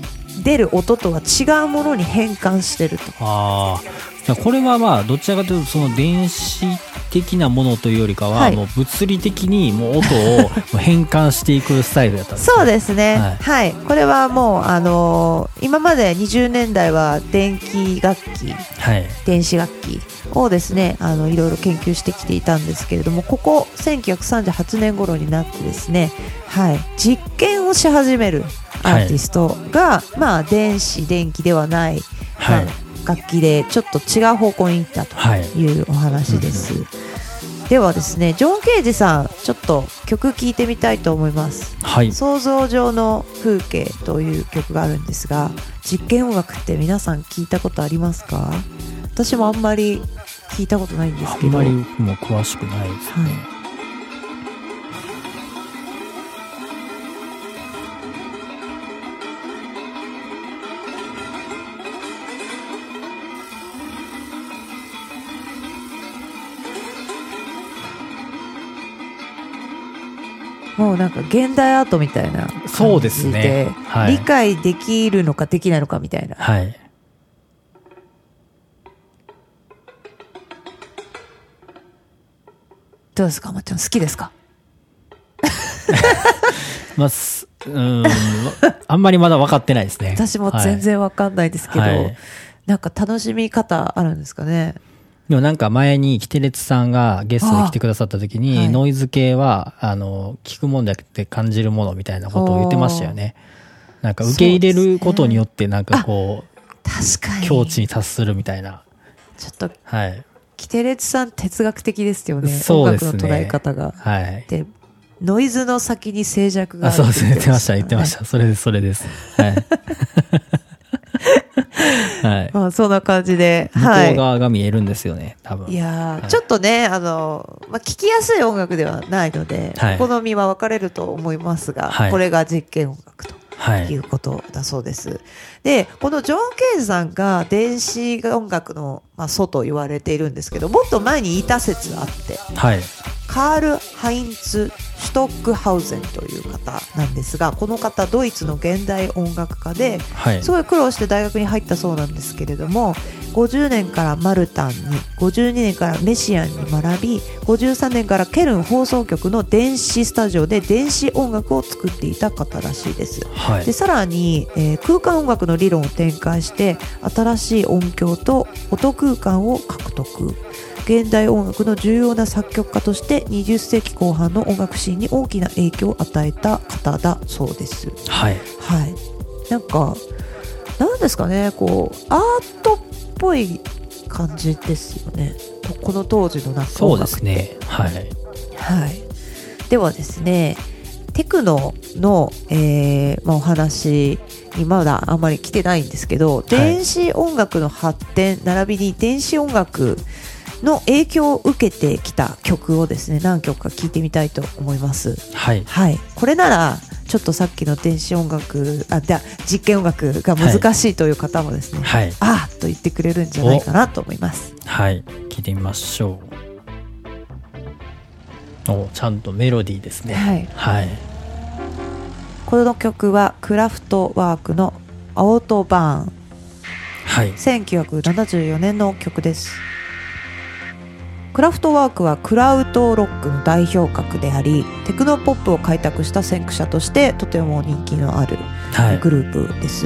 Speaker 2: 出る音とは違うものに変換してると
Speaker 3: あーじゃあこれはまあどちらかというとその電子的なものというよりかは、
Speaker 2: はい
Speaker 3: もう物理的にもう音をもう変換していくスタイルだったんですね
Speaker 2: そうですね、
Speaker 3: は
Speaker 2: はいこれはもう、あのー今まで20年代は電気楽器
Speaker 3: はい
Speaker 2: 電子楽器をですねあのいろいろ研究してきていたんですけれどもここ1938年頃になってですね、はい、実験をし始めるアーティストが、まあ、電子電気ではない、
Speaker 3: はい
Speaker 2: まあ楽器でちょっと違う方向に行ったと
Speaker 3: はい
Speaker 2: いうお話です、ではですねジョン・ケージさんちょっと曲聴いてみたいと思います
Speaker 3: はい
Speaker 2: 想像上の風景という曲があるんですが実験音楽って皆さん聞いたことありますか私もあんまり聞いたことないんです
Speaker 3: あ
Speaker 2: け
Speaker 3: ん
Speaker 2: ど
Speaker 3: まりもう詳しくないですね、
Speaker 2: はいもうなんか現代アートみたいな感じで
Speaker 3: そうですねはい
Speaker 2: 理解できるのかできないのかみたいな
Speaker 3: はい。
Speaker 2: どうですかまっちゃん好きですか
Speaker 3: まあ、すう ーん、あんまりまだ分かってないですね。
Speaker 2: 私も全
Speaker 3: はい
Speaker 2: 然わかんないですけど、
Speaker 3: はい
Speaker 2: なんか楽しみ方あるんですかね
Speaker 3: でもなんか前に、キテレツさんがゲストで来てくださった時
Speaker 2: あーは
Speaker 3: に、
Speaker 2: い
Speaker 3: ノイズ系は、あの、聞くもんじゃなくて感じるものみたいなことを言ってましたよね。なんか受け入れることによって、なんかこう、
Speaker 2: 確かに
Speaker 3: 境地に達するみたいな。
Speaker 2: ちょっと
Speaker 3: はい。
Speaker 2: キテレツさん哲学的ですよね
Speaker 3: そうですね
Speaker 2: 音楽の捉え方が
Speaker 3: はい。
Speaker 2: でノイズの先に静寂が
Speaker 3: あ、
Speaker 2: あ
Speaker 3: そうですね。言ってました、
Speaker 2: 言っ
Speaker 3: 言っ
Speaker 2: てて
Speaker 3: ま
Speaker 2: ま
Speaker 3: し
Speaker 2: した
Speaker 3: た。それです、それです。 はい。はい。向
Speaker 2: まあそんな感じでは
Speaker 3: こう
Speaker 2: い
Speaker 3: 側が見えるんですよね、多分。
Speaker 2: いやー
Speaker 3: はい
Speaker 2: ちょっとねあの、まあ、聞きやすい音楽ではないので、
Speaker 3: はい
Speaker 2: 好みは分かれると思いますが、
Speaker 3: はい
Speaker 2: これが実験音楽と
Speaker 3: は
Speaker 2: とい
Speaker 3: い。
Speaker 2: うことだそうです。で、このジョン・ケージさんが電子音楽の、まあ、祖と言われているんですけど、もっと前にいた説あって、
Speaker 3: はい。
Speaker 2: カール・ハインツ・シュトックハウゼンという方なんですが、この方、ドイツの現代音楽家で、
Speaker 3: はい
Speaker 2: す。ごい苦労して大学に入ったそうなんですけれども50年からマルタンに52年からメシアンに学び53年からケルン放送局の電子スタジオで電子音楽を作っていた方らしいです。
Speaker 3: はい
Speaker 2: で。さらに、えー空間音楽の理論を展開して新しい音響と音空間を獲得現代音楽の重要な作曲家として20世紀後半の音楽シーンに大きな影響を与えた方だそうです。
Speaker 3: はい。
Speaker 2: はい、なんかなんですかねこうアートっぽい感じですよねとこの当時のなんか
Speaker 3: そう
Speaker 2: 音
Speaker 3: で
Speaker 2: 楽って
Speaker 3: すね。はい。
Speaker 2: はい、ではですねテクノの、えーまあ、お話にまだあんまり来てないんですけど、電子音楽の発展並びに電子音楽の影響を受けてきた曲をですね何曲か聴いてみたいと思います。
Speaker 3: はい。
Speaker 2: はい、これならちょっとさっきの電子音楽あだ実験音楽が難しいという方もですね、
Speaker 3: はい。
Speaker 2: ああと言ってくれるんじゃないかなと思います。
Speaker 3: はい。聞いてみましょう。お、ちゃんとメロディーですね。
Speaker 2: はい
Speaker 3: はい。
Speaker 2: この曲はクラフトワークの「アウトバーン」
Speaker 3: はい
Speaker 2: 1974年の曲ですクラフトワークはクラウトロックの代表格でありテクノポップを開拓した先駆者としてとても人気のある
Speaker 3: はい
Speaker 2: グループです、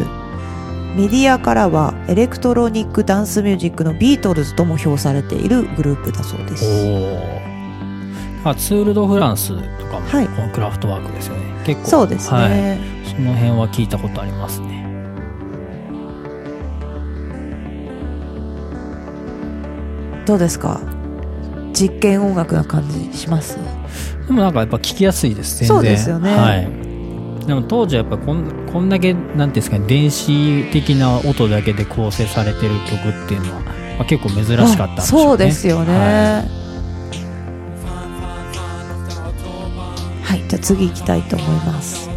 Speaker 2: メディアからはエレクトロニックダンスミュージックのビートルズとも評されているグループだそうで
Speaker 3: お
Speaker 2: す
Speaker 3: おツール・ド・フランスとかも、
Speaker 2: はい
Speaker 3: このクラフトワークですよね結構
Speaker 2: そうですね、
Speaker 3: はい、その辺は聞いたことありますね
Speaker 2: どうですか実験音楽な感じします
Speaker 3: でもなんかやっぱ聞きやすいです全然
Speaker 2: そうですよね
Speaker 3: はいでも当時はやっぱこんこんだけなんていうんですかね電子的な音だけで構成されてる曲っていうのは、まあ、結構珍しかったんでしょうね
Speaker 2: そうですよね
Speaker 3: は
Speaker 2: はい、じゃあ次行きたいと思います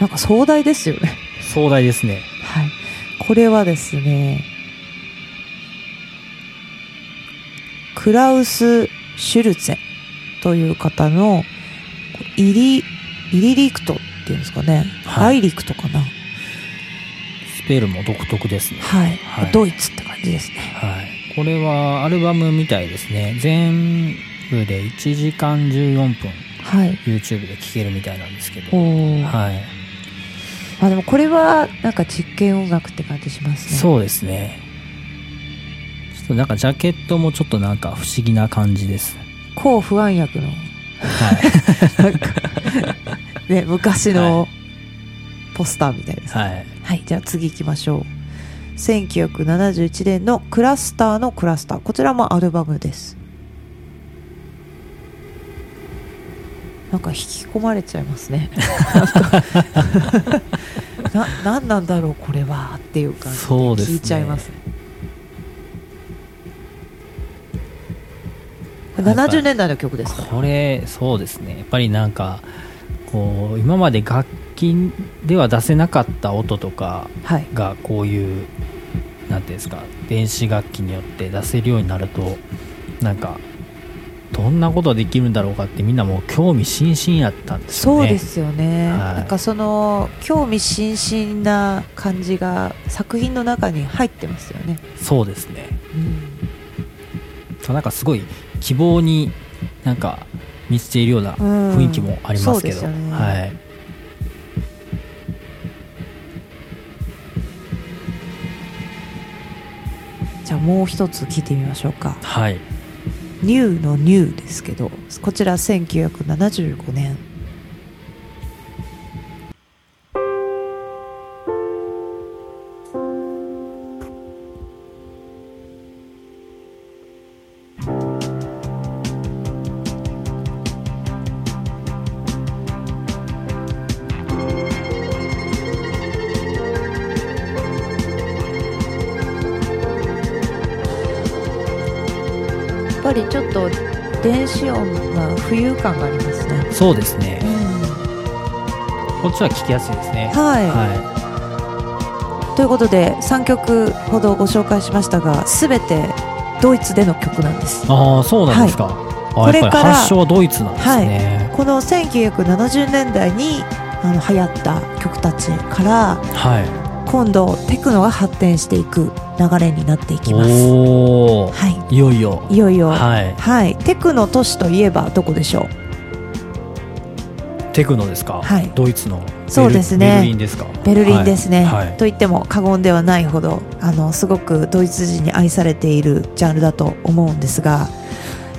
Speaker 2: なんか壮大ですよね
Speaker 3: い壮大ですね
Speaker 2: はい。これはですね、クラウス・シュルツェンという方の、イリ、イリリクトっていうんですかね。
Speaker 3: はい
Speaker 2: アイリクトかな。
Speaker 3: スペルも独特ですね
Speaker 2: はい。
Speaker 3: はい
Speaker 2: ドイツって感じですね。
Speaker 3: はい、これはアルバムみたいですね全部で1時間14分
Speaker 2: はい。
Speaker 3: YouTube で聴けるみたいなんですけど
Speaker 2: お、ー
Speaker 3: はい、
Speaker 2: まあでもこれは、なんか実験音楽って感じしますね。う。
Speaker 3: そうですねちょっとなんかジャケットもちょっとなんか不思議な感じです
Speaker 2: 抗不安薬の、
Speaker 3: は
Speaker 2: ね、昔のポスターみたいですね
Speaker 3: い、はい、
Speaker 2: はい、じゃあ次行きましょう。1971年のクラスターのクラスター。こちらもアルバムです。なんか引き込まれちゃいます ね。 な、なんなんだろう、これはっていう感じで
Speaker 3: そうです
Speaker 2: 聞
Speaker 3: ね
Speaker 2: いちゃいますね。70年代の曲ですか
Speaker 3: これそうですねやっぱりなんかこう今まで楽器では出せなかった音とか
Speaker 2: はい。
Speaker 3: がこういうなんていうんですか電子楽器によって出せるようになるとなんかどんなことできるんだろうかってみんなもう興味津々やったんですよ
Speaker 2: そう
Speaker 3: ね
Speaker 2: ですよね、
Speaker 3: はい
Speaker 2: なんかその興味津々な感じが作品の中に入ってますよね、
Speaker 3: そうですね
Speaker 2: うん
Speaker 3: そうなんかすごい希望になんか満ちているような雰囲気もありますけど、
Speaker 2: そうですよね
Speaker 3: はい
Speaker 2: じゃあもう一つ聞いてみましょうか
Speaker 3: はい
Speaker 2: 「ニューの「ニューですけどこちら1975年やっぱりちょっと電子音が浮遊感がありますね、
Speaker 3: そうですね
Speaker 2: は
Speaker 3: こっちは聞きやすいですね
Speaker 2: い、
Speaker 3: は
Speaker 2: ということで3曲ほどご紹介しましたが全てドイツでの曲なんです
Speaker 3: い、ああそうなんですか、
Speaker 2: こ
Speaker 3: あ
Speaker 2: れ
Speaker 3: や
Speaker 2: から
Speaker 3: っぱり発祥はドイツなんですね
Speaker 2: この1970年代にあの流行った曲たちから
Speaker 3: はい、
Speaker 2: 今度テクノが発展していく流れになっていきます
Speaker 3: おお
Speaker 2: はい
Speaker 3: よいよ
Speaker 2: いよいよはい、
Speaker 3: は
Speaker 2: テクノ都市といえばどこでしょ
Speaker 3: いテクノですか、
Speaker 2: はい
Speaker 3: ドイツの
Speaker 2: そうですね
Speaker 3: ベルリンですか
Speaker 2: うベルリンですね、
Speaker 3: はいはい
Speaker 2: と言っても過言ではないほどあのすごくドイツ人に愛されているジャンルだと思うんですが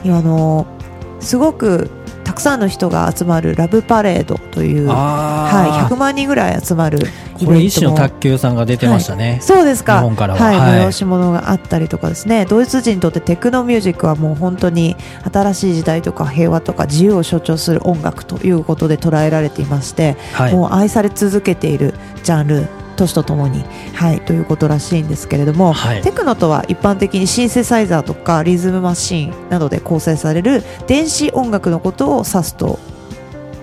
Speaker 2: 今あのすごくたくさんの人が集まるラブパレードという、は
Speaker 3: あ
Speaker 2: い、100万人ぐらい集まる
Speaker 3: い
Speaker 2: イベントも
Speaker 3: これ一種の卓球さんが出てましたね、
Speaker 2: そうですか。、
Speaker 3: 日本からはいはい
Speaker 2: 催し物があったりとかですね。ドイツ人にとってテクノミュージックはもう本当に新しい時代とか平和とか自由を象徴する音楽ということで捉えられていまして、
Speaker 3: はい
Speaker 2: もう愛され続けているジャンル、年とともに、はい、ということらしいんですけれども、
Speaker 3: はい
Speaker 2: テクノとは一般的にシンセサイザーとかリズムマシンなどで構成される電子音楽のことを指すと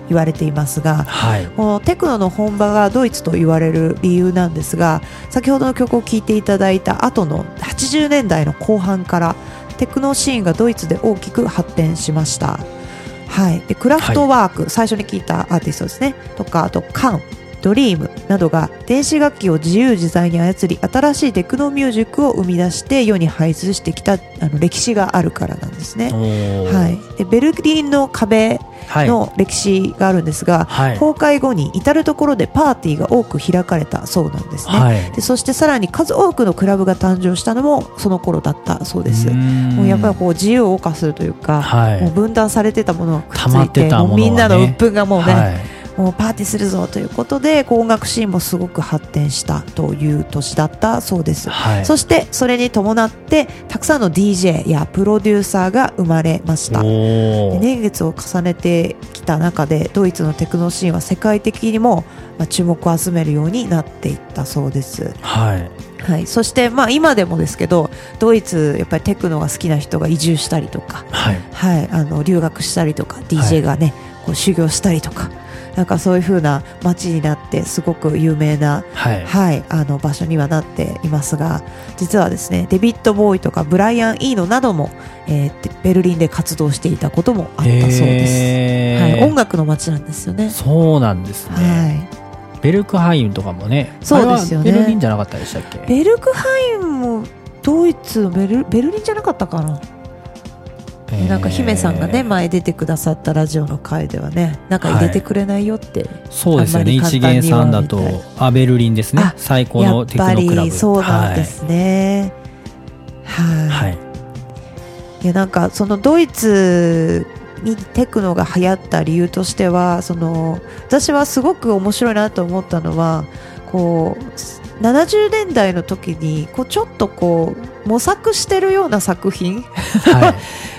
Speaker 2: 言われていますが、
Speaker 3: はい
Speaker 2: このテクノの本場がドイツと言われる理由なんですが先ほどの曲を聴いていただいた後の80年代の後半からテクノシーンがドイツで大きく発展しました、はい、でクラフトワーク、最初に聴いたアーティストですねとかあとカンドリームなどが電子楽器を自由自在に操り新しいテクノミュージックを生み出して世に排出してきたあの歴史があるからなんですね。は、
Speaker 3: はい
Speaker 2: でベルリンの壁
Speaker 3: はい
Speaker 2: の歴史があるんですが、
Speaker 3: はい
Speaker 2: 崩壊後に至る所でパーティーが多く開かれたそうなんですね、
Speaker 3: はい
Speaker 2: でそしてさらに数多くのクラブが誕生したのもその頃だったそうですも
Speaker 3: も
Speaker 2: うやっぱりこう自由を謳歌するというか、
Speaker 3: はい
Speaker 2: もう分断されてたものがくっつ
Speaker 3: 溜ま
Speaker 2: い
Speaker 3: っててたもの
Speaker 2: も
Speaker 3: は
Speaker 2: う
Speaker 3: ね
Speaker 2: みんなの鬱憤がもうね、
Speaker 3: はい
Speaker 2: もうパーティーするぞということでこう音楽シーンもすごく発展したという年だったそうです、
Speaker 3: はい
Speaker 2: そしてそれに伴ってたくさんの DJ やプロデューサーが生まれました
Speaker 3: お
Speaker 2: で
Speaker 3: ー
Speaker 2: 年月を重ねてきた中でドイツのテクノシーンは世界的にもまあ注目を集めるようになっていったそうです、
Speaker 3: はい
Speaker 2: はい、そしてまあ今でもですけどドイツやっぱりテクノが好きな人が移住したりとか、
Speaker 3: はい
Speaker 2: はい、あの留学したりとか DJ がね、こう修行したりとかなんかそういう風な街になってすごく有名な
Speaker 3: はい
Speaker 2: はい、あの場所にはなっていますが実はですねデビッド・ボーイとかブライアン・イーノなども、えーでベルリンで活動していたこともあったそうです、
Speaker 3: へ
Speaker 2: は
Speaker 3: ー
Speaker 2: い、音楽の街なんですよね。
Speaker 3: そうなんですね
Speaker 2: はい
Speaker 3: ベルクハイムとかもね
Speaker 2: そうですよね
Speaker 3: あれはベルリンじゃなかったでしたっけ
Speaker 2: ベルクハイムもドイツのベルベルリンじゃなかったかな、
Speaker 3: えー
Speaker 2: なんか姫さんがね前出てくださったラジオの回ではねなんか入れてくれないよって、
Speaker 3: そうです
Speaker 2: あんま
Speaker 3: よね
Speaker 2: り
Speaker 3: 一
Speaker 2: 簡単
Speaker 3: 元
Speaker 2: には
Speaker 3: さんだと
Speaker 2: みたい
Speaker 3: あベルリンですね
Speaker 2: あ
Speaker 3: 最高
Speaker 2: や
Speaker 3: の
Speaker 2: っ
Speaker 3: テク
Speaker 2: ぱ
Speaker 3: ノクラブ
Speaker 2: りそうなんですね。はい、
Speaker 3: はいはい
Speaker 2: いやなんかそのドイツにテクノが流行った理由としてはその私はすごく面白いなと思ったのはこう70年代の時にこうちょっとこう模索してるような作品
Speaker 3: はい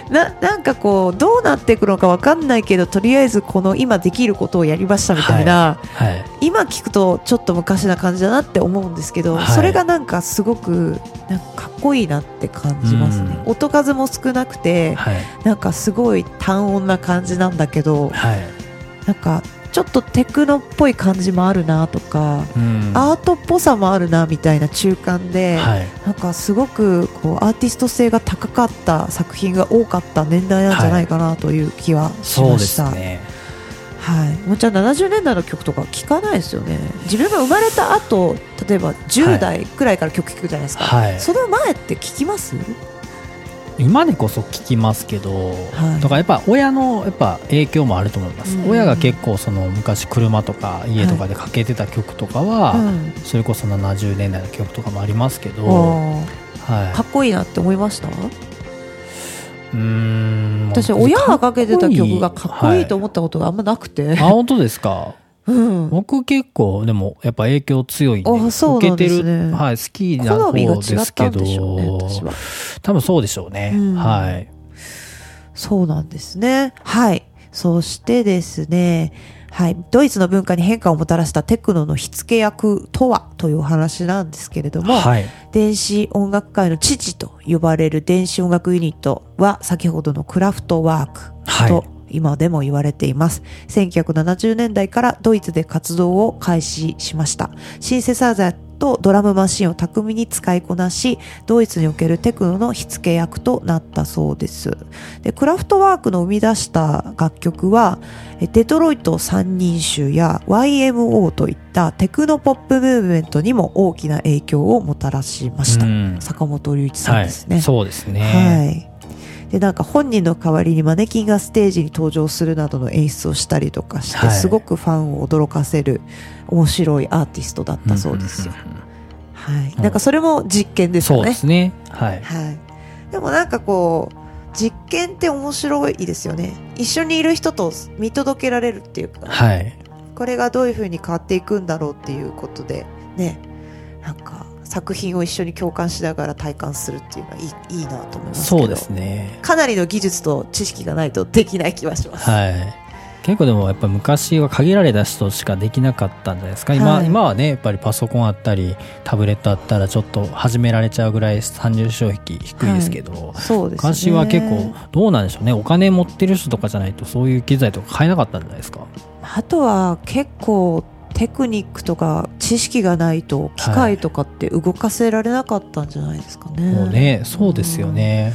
Speaker 2: ななんかこうどうなっていくのかわかんないけどとりあえずこの今できることをやりましたみたいな、
Speaker 3: はい
Speaker 2: 今聞くとちょっと昔な感じだなって思うんですけど、
Speaker 3: はい
Speaker 2: それがなんかすごくなんかかっこいいなって感じますね。
Speaker 3: うん
Speaker 2: 音数も少なくて、
Speaker 3: はい
Speaker 2: なんかすごい単音な感じなんだけど
Speaker 3: はい
Speaker 2: なんかちょっとテクノっぽい感じもあるなとか、
Speaker 3: うん
Speaker 2: アートっぽさもあるなみたいな中間で、
Speaker 3: はい
Speaker 2: なんかすごくこうアーティスト性が高かった作品が多かった年代なんじゃないかなという気はし
Speaker 3: そう
Speaker 2: ま
Speaker 3: で
Speaker 2: し
Speaker 3: す
Speaker 2: た。
Speaker 3: ね
Speaker 2: はい、もうじゃあ70年代の曲とか聞かないですよね自分が生まれた後例えば10代くらいから曲聞くじゃないですか、
Speaker 3: はい
Speaker 2: その前って聞きます
Speaker 3: 今でこそ聞きますけど、
Speaker 2: はい
Speaker 3: とかやっぱ親のやっぱ影響もあると思います、
Speaker 2: うん
Speaker 3: 親が結構その昔車とか家とかでかけてた曲とかは、
Speaker 2: うん
Speaker 3: それこそ70年代の曲とかもありますけど、
Speaker 2: あーか
Speaker 3: は
Speaker 2: っこいいなって思いました
Speaker 3: い、うーん
Speaker 2: 私
Speaker 3: 本当に
Speaker 2: 親がかけてた曲がかっこいいと
Speaker 3: は
Speaker 2: 思ったことがあんまなくて、
Speaker 3: いあ本当ですか
Speaker 2: うん、
Speaker 3: 僕結構でもやっぱ影響強いんで
Speaker 2: あそうなんですね
Speaker 3: 受けてる、はい、好きな
Speaker 2: 好
Speaker 3: 方
Speaker 2: みが違
Speaker 3: で
Speaker 2: っ
Speaker 3: すけ
Speaker 2: たん
Speaker 3: ど
Speaker 2: でしょうね私は
Speaker 3: 多分そうでしょうね、
Speaker 2: うん
Speaker 3: はい
Speaker 2: そうなんですねはいそしてですねはいドイツの文化に変化をもたらしたテクノの火付け役とはというお話なんですけれども、
Speaker 3: はい
Speaker 2: 電子音楽界の父と呼ばれる電子音楽ユニットは先ほどのクラフトワー
Speaker 3: は
Speaker 2: ク
Speaker 3: い
Speaker 2: と今でも言われています、1970年代からドイツで活動を開始しましたシンセサイザーとドラムマシンを巧みに使いこなしドイツにおけるテクノの火付け役となったそうですでクラフトワークの生み出した楽曲はえデトロイト三人衆や YMO といったテクノポップムーブメントにも大きな影響をもたらしました、
Speaker 3: うん
Speaker 2: 坂本龍一さんですね
Speaker 3: はい、そうですね、
Speaker 2: はいでなんか本人の代わりにマネキンがステージに登場するなどの演出をしたりとかして、
Speaker 3: はい
Speaker 2: すごくファンを驚かせる面白いアーティストだったそうですよ、
Speaker 3: んんうんうん
Speaker 2: はい、なんかそれも実験です
Speaker 3: そ
Speaker 2: よ
Speaker 3: う
Speaker 2: ね
Speaker 3: ですね。はい。
Speaker 2: はい、でもなんかこう実験って面白いですよね一緒にいる人と見届けられるっていうか
Speaker 3: はい。
Speaker 2: これがどういうふうに変わっていくんだろうっていうことでねなんか作品を一緒に共感しながら体感するっていうのはいいいいなと思いますけど
Speaker 3: そうですね。
Speaker 2: かなりの技術と知識がないとできない気はします、
Speaker 3: はい。結構でもやっぱ昔は限られた人しかできなかったんじゃないですか。今、
Speaker 2: はい
Speaker 3: 今はね、やっぱりパソコンあったり、タブレットあったらちょっと始められちゃうぐらい参入障壁低いですけど、
Speaker 2: そうですね
Speaker 3: 昔は結構どうなんでしょうね。お金持ってる人とかじゃないとそういう機材とか買えなかったんじゃないですか。
Speaker 2: あとは結構テクニックとか知識がないと機械とかって動かせられなかったんじゃないですかね、
Speaker 3: もうね、そうですよね。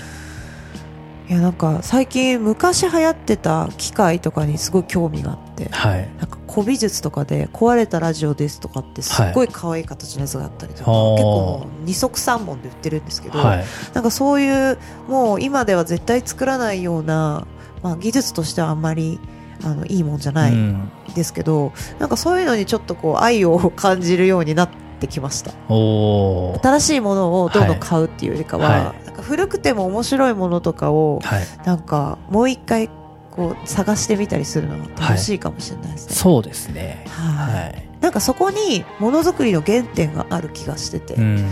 Speaker 2: いやなんか最近昔流行ってた機械とかにすごい興味があって
Speaker 3: はい
Speaker 2: なんか古美術とかで壊れたラジオですとかってすっごい可愛い形のやつがあったりとか、
Speaker 3: はい
Speaker 2: 結構もう二足三本で売ってるんですけど、
Speaker 3: はい
Speaker 2: なんかそういうもう今では絶対作らないような、まあ、技術としてはあんまりあのいいもんじゃない
Speaker 3: うん、
Speaker 2: ですけど、なんかそういうのにちょっとこう愛を感じるようになってきました
Speaker 3: おー
Speaker 2: 新しいものをどんどん買うっていうよりかは、
Speaker 3: は
Speaker 2: なんか古くても面白いものとかを
Speaker 3: はい
Speaker 2: なんかもう一回こう探してみたりするのが楽しいかもしれないですね。
Speaker 3: そうですね
Speaker 2: はい
Speaker 3: はい
Speaker 2: なんかそこにものづくりの原点がある気がしてて、
Speaker 3: うん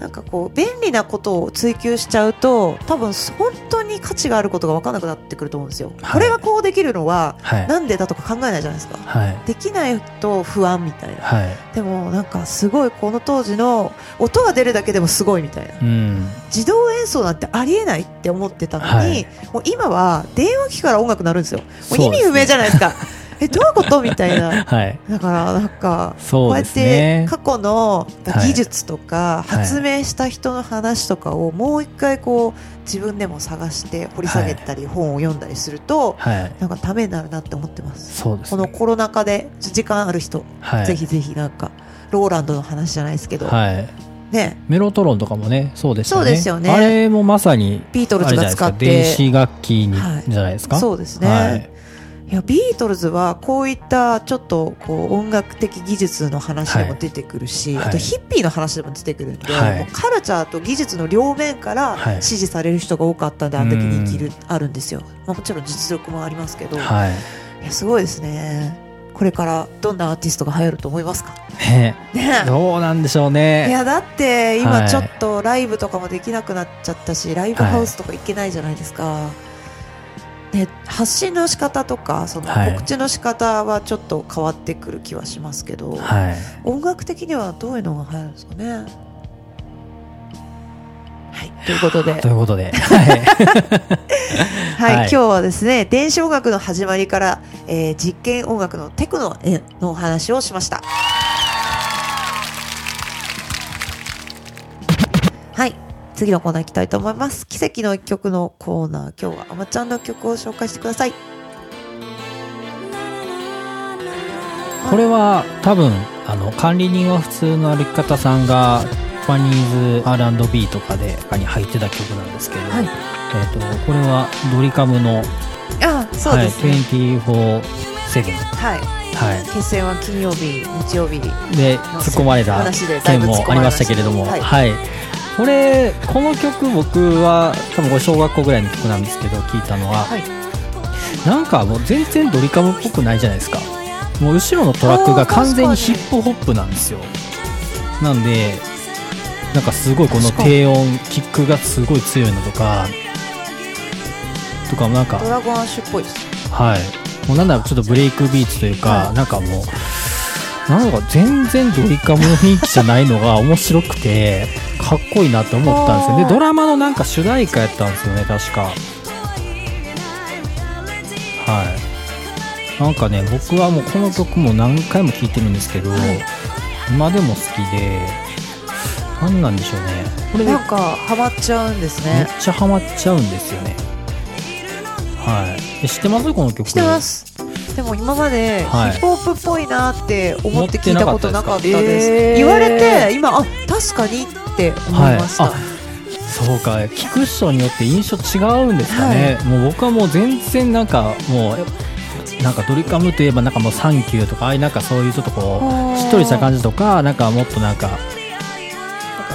Speaker 2: なんかこう便利なことを追求しちゃうと多分本当に価値があることが分からなくなってくると思うんですよ。
Speaker 3: はい
Speaker 2: これがこうできるのは
Speaker 3: はい
Speaker 2: なんでだとか考えないじゃないですか。
Speaker 3: はい
Speaker 2: できないと不安みたいな。
Speaker 3: はい
Speaker 2: でもなんかすごいこの当時の音が出るだけでもすごいみたいな。
Speaker 3: うん
Speaker 2: 自動演奏なんてありえないって思ってたのに、
Speaker 3: はい
Speaker 2: もう今は電話機から音楽鳴るんですよ。もう意
Speaker 3: そ
Speaker 2: 味
Speaker 3: うです
Speaker 2: 不
Speaker 3: ね
Speaker 2: 明じゃないですか。 え、どういうことみたいな。
Speaker 3: はい
Speaker 2: だからなんか、こ
Speaker 3: そうう
Speaker 2: や
Speaker 3: で
Speaker 2: っ
Speaker 3: す
Speaker 2: て
Speaker 3: ね
Speaker 2: 過去の
Speaker 3: はい
Speaker 2: 技術とか
Speaker 3: はい
Speaker 2: 発明した人の話とかをもう一回こう自分でも探して掘り下げたり本を読んだりすると
Speaker 3: はい
Speaker 2: なんかためになるなって思ってます。
Speaker 3: そうです
Speaker 2: この
Speaker 3: ね
Speaker 2: コロナ禍で時間ある人、
Speaker 3: はい
Speaker 2: ぜひぜひなんかローランドの話じゃないですけど、
Speaker 3: はい
Speaker 2: ね、
Speaker 3: メロトロンとかもねそうでしたね
Speaker 2: そうですよね
Speaker 3: あれもまさに
Speaker 2: ビートル
Speaker 3: あ
Speaker 2: ズ
Speaker 3: れじ
Speaker 2: が
Speaker 3: ゃないです
Speaker 2: 使
Speaker 3: か
Speaker 2: って
Speaker 3: 電子楽器に
Speaker 2: はい
Speaker 3: じゃないですか
Speaker 2: そうですね、
Speaker 3: はい
Speaker 2: いやビートルズはこういったちょっとこう音楽的技術の話でも出てくるし、
Speaker 3: はい
Speaker 2: あとヒッピーの話でも出てくるんで、
Speaker 3: はい
Speaker 2: もうカルチャーと技術の両面から
Speaker 3: はい
Speaker 2: 支持される人が多かったんであんだけ人気いる
Speaker 3: う
Speaker 2: あるんですよ、まあ、もちろん実力もありますけど、
Speaker 3: はい
Speaker 2: いやすごいですねこれからどんなアーティストが流行ると思いますか
Speaker 3: ね
Speaker 2: ねえ
Speaker 3: どうなんでしょう
Speaker 2: い
Speaker 3: ね
Speaker 2: やだって
Speaker 3: は
Speaker 2: 今
Speaker 3: い
Speaker 2: ちょっとライブとかもできなくなっちゃったし、ライブハウスとか行けないじゃないですか、ね、発信の仕方とかその
Speaker 3: はい
Speaker 2: 告知の仕方はちょっと変わってくる気はしますけど、
Speaker 3: はい
Speaker 2: 音楽的にはどういうのが流行るんですか ねはいということで、はい
Speaker 3: ということではいはい
Speaker 2: 今日はですね電子音楽の始まりから、えー実験音楽のテクノえーのお話をしましたはい。次のコーナー行きたいと思います。奇跡の一曲のコーナー。今日はあまちゃんの曲を紹介してください。
Speaker 3: これは多分あの管理人は普通の歩き方さんがジャパニーズ R&B とかで他に入ってた曲なんですけど、
Speaker 2: はい
Speaker 3: えー、とこれはドリカムの
Speaker 2: あ、そうですね。
Speaker 3: はい、247、
Speaker 2: はい。
Speaker 3: は
Speaker 2: 決戦は金曜日、日曜日。
Speaker 3: い、で突っ込まれた
Speaker 2: 話でだい
Speaker 3: 件
Speaker 2: ぶ突っ込まれました
Speaker 3: もありましたけれども、
Speaker 2: は
Speaker 3: はいいこれこの曲僕は多分これ小学校ぐらいの曲なんですけど聞いたのは、
Speaker 2: はい。
Speaker 3: なんかもう全然ドリカムっぽくないじゃないですかもう後ろのトラックが完全にヒップホップなんですよなんでなんかすごいこの低音キックがすごい強いのとかとかもなんか
Speaker 2: ドラゴンアッシュっぽいです。
Speaker 3: はいもうなんだろうちょっとブレイクビーツというかなんかもうなんだか全然ドリカムの雰囲気じゃないのが面白くてかっこいいなって思ったんですよ
Speaker 2: あー
Speaker 3: でドラマのなんか主題歌やったんですよね確かはいなんかね僕はもうこの曲も何回も聴いてるんですけど今でも好きで何なんでしょうねこれで
Speaker 2: なんか、ハマっちゃうんです
Speaker 3: めっ
Speaker 2: ね。
Speaker 3: ちゃハマっちゃうんですよねはいえ知ってますこの曲
Speaker 2: 知ってます。でも今までヒ
Speaker 3: はい
Speaker 2: ップホップっぽいなって思って聞いたことなかった
Speaker 3: 思って
Speaker 2: で
Speaker 3: なかったです
Speaker 2: す。
Speaker 3: かえー
Speaker 2: 言われて、今、あ、確かにって思いました。
Speaker 3: はいあそうか聞く人によって印象違うんですかね、もう僕はもう全然なんかもうなんかドリカムといえばなんかもうサンキューとかああいうなんかそういうちょっとこ
Speaker 2: あー
Speaker 3: うしっとりした感じとかなんかもっとなんか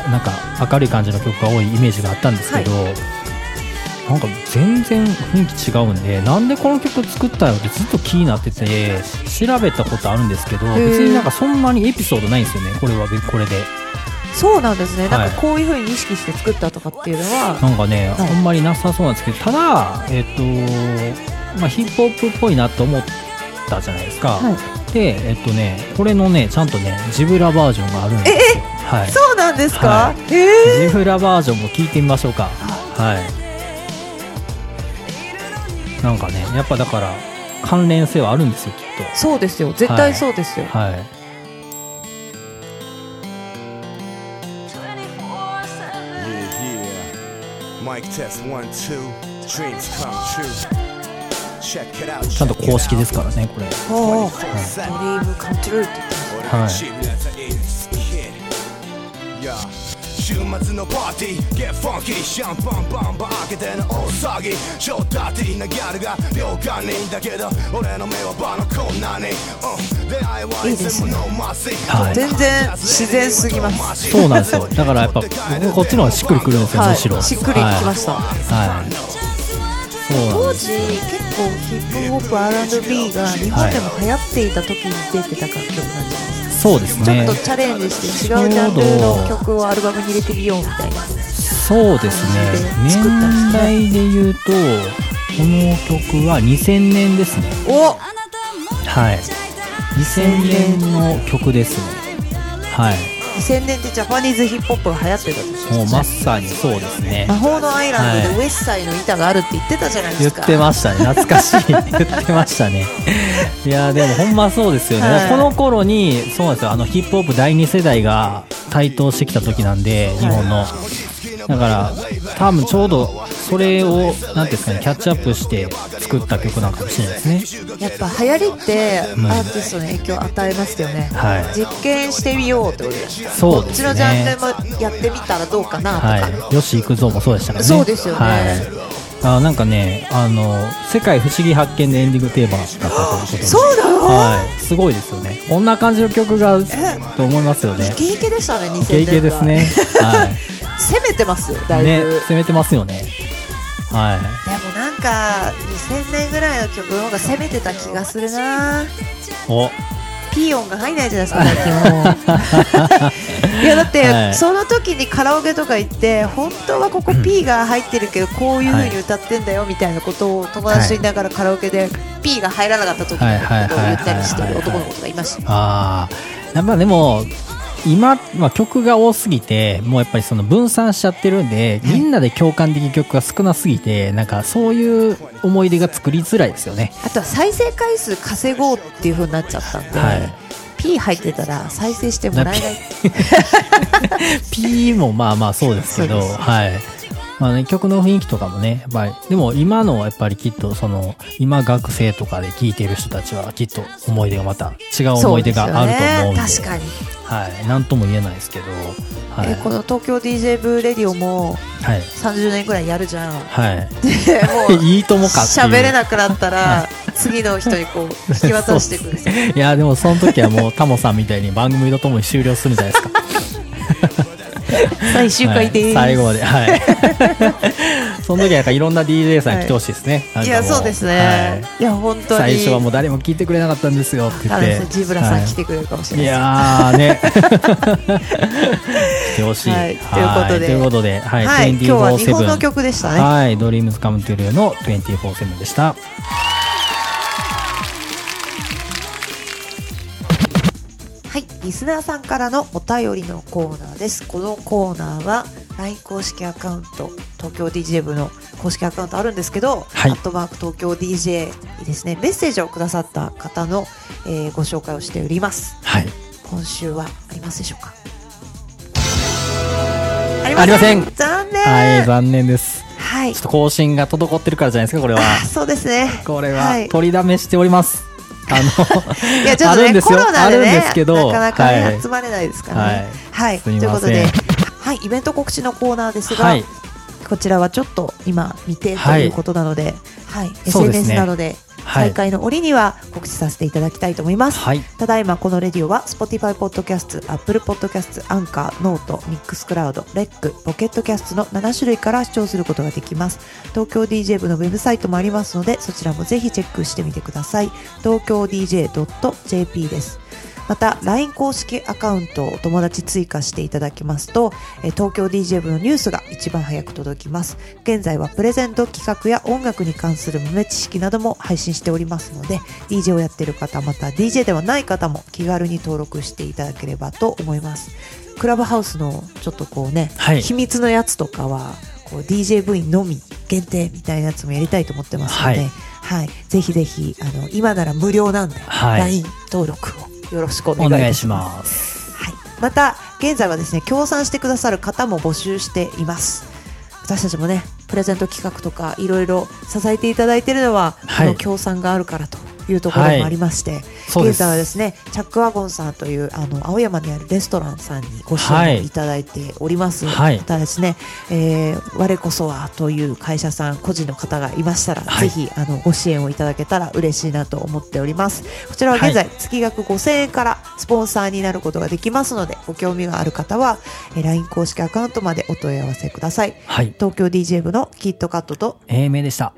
Speaker 3: なんか明るい感じの曲が多いイメージがあったんですけど、なんか全然雰囲気違うんでなんでこの曲作ったよってずっと気になってて調べたことあるんですけど
Speaker 2: ー
Speaker 3: 別になんかそんなにエピソードないんですよねこれはこれで
Speaker 2: そうなんですね。なん
Speaker 3: は
Speaker 2: か
Speaker 3: い
Speaker 2: こういうふうに意識して作ったとかっていうのは、
Speaker 3: なんかね、
Speaker 2: はい
Speaker 3: あんまりなさそうなんですけど、ただ、えっ、と、まあ、ヒップホップっぽいなと思ったじゃないですか。
Speaker 2: はい
Speaker 3: で、えっ、とね、これのね、ちゃんとね、ジブラバージョンがあるんですよ。はい。
Speaker 2: そうなんですか
Speaker 3: は。
Speaker 2: ええ。
Speaker 3: ジブラバージョンも聞いてみましょうか。はい。なんかね、やっぱだから、関連性はあるんですよ、きっ
Speaker 2: そうですよ。絶対そうですよ。
Speaker 3: と。はい。
Speaker 4: Yeah, yeah. Mic test one, two. Dreams come true. Check it out.
Speaker 3: ちゃんと公式ですからねこれ
Speaker 2: おおド
Speaker 4: は
Speaker 2: リームカムトゥルーって言って
Speaker 3: はい
Speaker 4: 週末のパーティー Get funky シャンパンバンバン開けての大騒ぎ超ダーティーなギャルが両眼にだけど俺の目はバーのこんなに、うん、出会いはいつものマシ
Speaker 3: はい
Speaker 2: 全然自然すぎます
Speaker 3: そうなんですよだからやっぱ僕こっちの方がしっくりくるんですよ、
Speaker 2: は
Speaker 3: むしろ
Speaker 2: いしっくりきました、
Speaker 3: たはい、はい、そうなん
Speaker 2: 当
Speaker 3: です
Speaker 2: 時結構ヒップホップ R&B が日本でも流行っていた時に出てた楽曲なんじゃないですか、
Speaker 3: そうですね
Speaker 2: ちょっとチャレンジして違うジャンルの曲をアルバムに入れてみようみたいな
Speaker 3: そうですね
Speaker 2: 作ったんですね
Speaker 3: 年代で言うとこの曲は2000年ですね
Speaker 2: お
Speaker 3: はい2000年の曲ですねはい
Speaker 2: 2000年でジャパニーズヒップホップが流行ってた時
Speaker 3: もうまさにそうですね
Speaker 2: 魔法のアイランドで
Speaker 3: はい
Speaker 2: ウエッサイの板があるって言ってたじゃないで
Speaker 3: 言
Speaker 2: す
Speaker 3: っ
Speaker 2: か、
Speaker 3: てましたね懐か しい言ってましたねいやーでもほんまそうですよね、
Speaker 2: はい
Speaker 3: この頃にそうなんですよあのヒップホップ第2世代が台頭してきた時なんで日本のだから多分ちょうどそれを何ですかねキャッチアップして作った曲なんかもしれないですね
Speaker 2: やっぱ流行りってアーティストに影響を与えますよね、
Speaker 3: はい
Speaker 2: 実験してみようってことです
Speaker 3: そ
Speaker 2: こ
Speaker 3: うで
Speaker 2: っち
Speaker 3: す
Speaker 2: のジャン
Speaker 3: ね
Speaker 2: ルもやってみたらどうかなとか、
Speaker 3: はい、よし行くぞもそうでしたからね
Speaker 2: そうですよね
Speaker 3: はい、あなんかねあの「世界ふしぎ発見」のエンディングテーマだったということで
Speaker 2: そうなの
Speaker 3: はい、すごいですよねこんな感じの曲がと思いますよね
Speaker 2: イケイケでしたね2000
Speaker 3: イ
Speaker 2: 年
Speaker 3: ケイケですねは
Speaker 2: 攻めてますよ だい
Speaker 3: い
Speaker 2: ぶ、
Speaker 3: ね攻めてますよねはい
Speaker 2: でもなんか2000年ぐらいの曲の方が攻めてた気がするな
Speaker 3: お
Speaker 2: ピーヨンが入んないじゃないですか最近も いやだって、
Speaker 3: はい
Speaker 2: その時にカラオケとか行って本当はここ P が入ってるけどこういう風に歌ってんだよみたいなことを友達と言いながらカラオケで P が入らなかった時のことを言ったりしてる男の子がいました
Speaker 3: あーやっぱでも今、まあ、曲が多すぎてもうやっぱりその分散しちゃってるんでみんなで共感できる曲が少なすぎてなんかそういう思い出が作りづらいですよね
Speaker 2: あとは再生回数稼ごうっていう風になっちゃったんで、
Speaker 3: はい
Speaker 2: P 入ってたら再生してもらえない
Speaker 3: P もまあまあそうですけど、
Speaker 2: そうです
Speaker 3: はい。まあね、曲の雰囲気とかもね、やっぱり、でも今のやっぱりきっとその、今学生とかで聴いてる人たちはきっと思い出がまた違う思い出があると思うんで、
Speaker 2: そうですよね確かに
Speaker 3: はい。なんとも言えないですけど、はい。
Speaker 2: えこの東京 DJ ブーレディオも
Speaker 3: はい。
Speaker 2: 30年ぐらいやるじゃん。
Speaker 3: はい。
Speaker 2: でもう
Speaker 3: いいともかっていう。
Speaker 2: 喋れなくなったら次の人にこう引き渡していくんですよ。
Speaker 3: いや、でもその時はもうタモさんみたいに番組とともに終了するんじゃな いですか。
Speaker 2: 最終回です。
Speaker 3: はい最後ま ではいその時はなんかいろんな DJ さん来てほしいですね、
Speaker 2: い
Speaker 3: な
Speaker 2: や
Speaker 3: んかも
Speaker 2: そうですね。
Speaker 3: はい
Speaker 2: い、や本当に
Speaker 3: 最初はもう誰も聞いてくれなかったんですよって言
Speaker 2: カ
Speaker 3: っ
Speaker 2: ラ
Speaker 3: て
Speaker 2: スジブラさん来
Speaker 3: て、
Speaker 2: てくれるかもし
Speaker 3: はい、い
Speaker 2: れない。
Speaker 3: や ーね来てほしい、
Speaker 2: はいということで
Speaker 3: ということで、はい
Speaker 2: はい今日
Speaker 3: 24/7
Speaker 2: は日本の曲でしたね
Speaker 3: はい「Dreams Come True」の247でした
Speaker 2: はい、リスナーさんからのお便りのコーナーです。このコーナーは LINE 公式アカウント、東京 DJ 部の公式アカウントあるんですけど、
Speaker 3: はい
Speaker 2: アットマーク東京 DJ にですね、メッセージをくださった方の、えーご紹介をしております。
Speaker 3: はい
Speaker 2: 今週はありますでしょうかあり
Speaker 3: ません
Speaker 2: 残念
Speaker 3: はい
Speaker 2: はい、
Speaker 3: 残念ですちょっと更新が滞ってるからじゃないです かこれは
Speaker 2: あそうですね
Speaker 3: これは
Speaker 2: はい、い
Speaker 3: 取りだめしております、あの
Speaker 2: やちょっと
Speaker 3: あるん
Speaker 2: ね
Speaker 3: です
Speaker 2: コ
Speaker 3: よ
Speaker 2: ロナで
Speaker 3: あるん
Speaker 2: ね
Speaker 3: ですけど
Speaker 2: なかなか、ね
Speaker 3: はい
Speaker 2: 集まれないですからねはい、
Speaker 3: す
Speaker 2: と
Speaker 3: み
Speaker 2: いう
Speaker 3: ま
Speaker 2: こ
Speaker 3: せ
Speaker 2: と
Speaker 3: ん
Speaker 2: ではいイベント告知のコーナーですが、
Speaker 3: はい
Speaker 2: こちらはちょっと今未定ということなので、はい
Speaker 3: そうですね
Speaker 2: SNS などで
Speaker 3: はい
Speaker 2: 大会の折には告知させていただきたいと思います、
Speaker 3: はい
Speaker 2: ただいまこのレディオは Spotify ポッドキャスト、Apple ポッドキャスト、アンカー、ノート、ミックスクラウド、レック、ポケットキャストの7種類から視聴することができます。東京 DJ 部のウェブサイトもありますので、そちらもぜひチェックしてみてください。東京 DJ.jp です。また、LINE 公式アカウントをお友達追加していただきますと、えー東京 DJ 部のニュースが一番早く届きます。現在はプレゼント企画や音楽に関する豆知識なども配信しておりますので、DJ をやっている方、また DJ ではない方も気軽に登録していただければと思います。クラブハウスのちょっとこうね、
Speaker 3: はい
Speaker 2: 秘密のやつとかは、こう DJ 部員のみ限定みたいなやつもやりたいと思ってますので、
Speaker 3: は
Speaker 2: はいい、ぜひぜひ、あの、今なら無料なんで、
Speaker 3: はい
Speaker 2: LINE 登録をよろしくお願い
Speaker 3: お
Speaker 2: い
Speaker 3: 願
Speaker 2: た
Speaker 3: い
Speaker 2: し
Speaker 3: し
Speaker 2: ます。
Speaker 3: ます
Speaker 2: はい、また現在はですね協賛してくださる方も募集しています私たちもねプレゼント企画とかいろいろ支えていただいているのは、
Speaker 3: はい
Speaker 2: この協賛があるからというところもありまして、
Speaker 3: そう
Speaker 2: 現
Speaker 3: です
Speaker 2: 在はですねチャックワゴンさんというあの青山にあるレストランさんにご支
Speaker 3: は
Speaker 2: 援
Speaker 3: い
Speaker 2: いただいております、
Speaker 3: はい
Speaker 2: またですね、えー我こそはという会社さん個人の方がいましたら、
Speaker 3: はい
Speaker 2: ぜひあのご支援をいただけたら嬉しいなと思っておりますこちらは現在、月額5000円からスポンサーになることができますのでご興味がある方は、えー LINE 公式アカウントまでお問い合わせください
Speaker 3: はい。
Speaker 2: 東京 DJ 部のキットカットと
Speaker 3: 英明でした。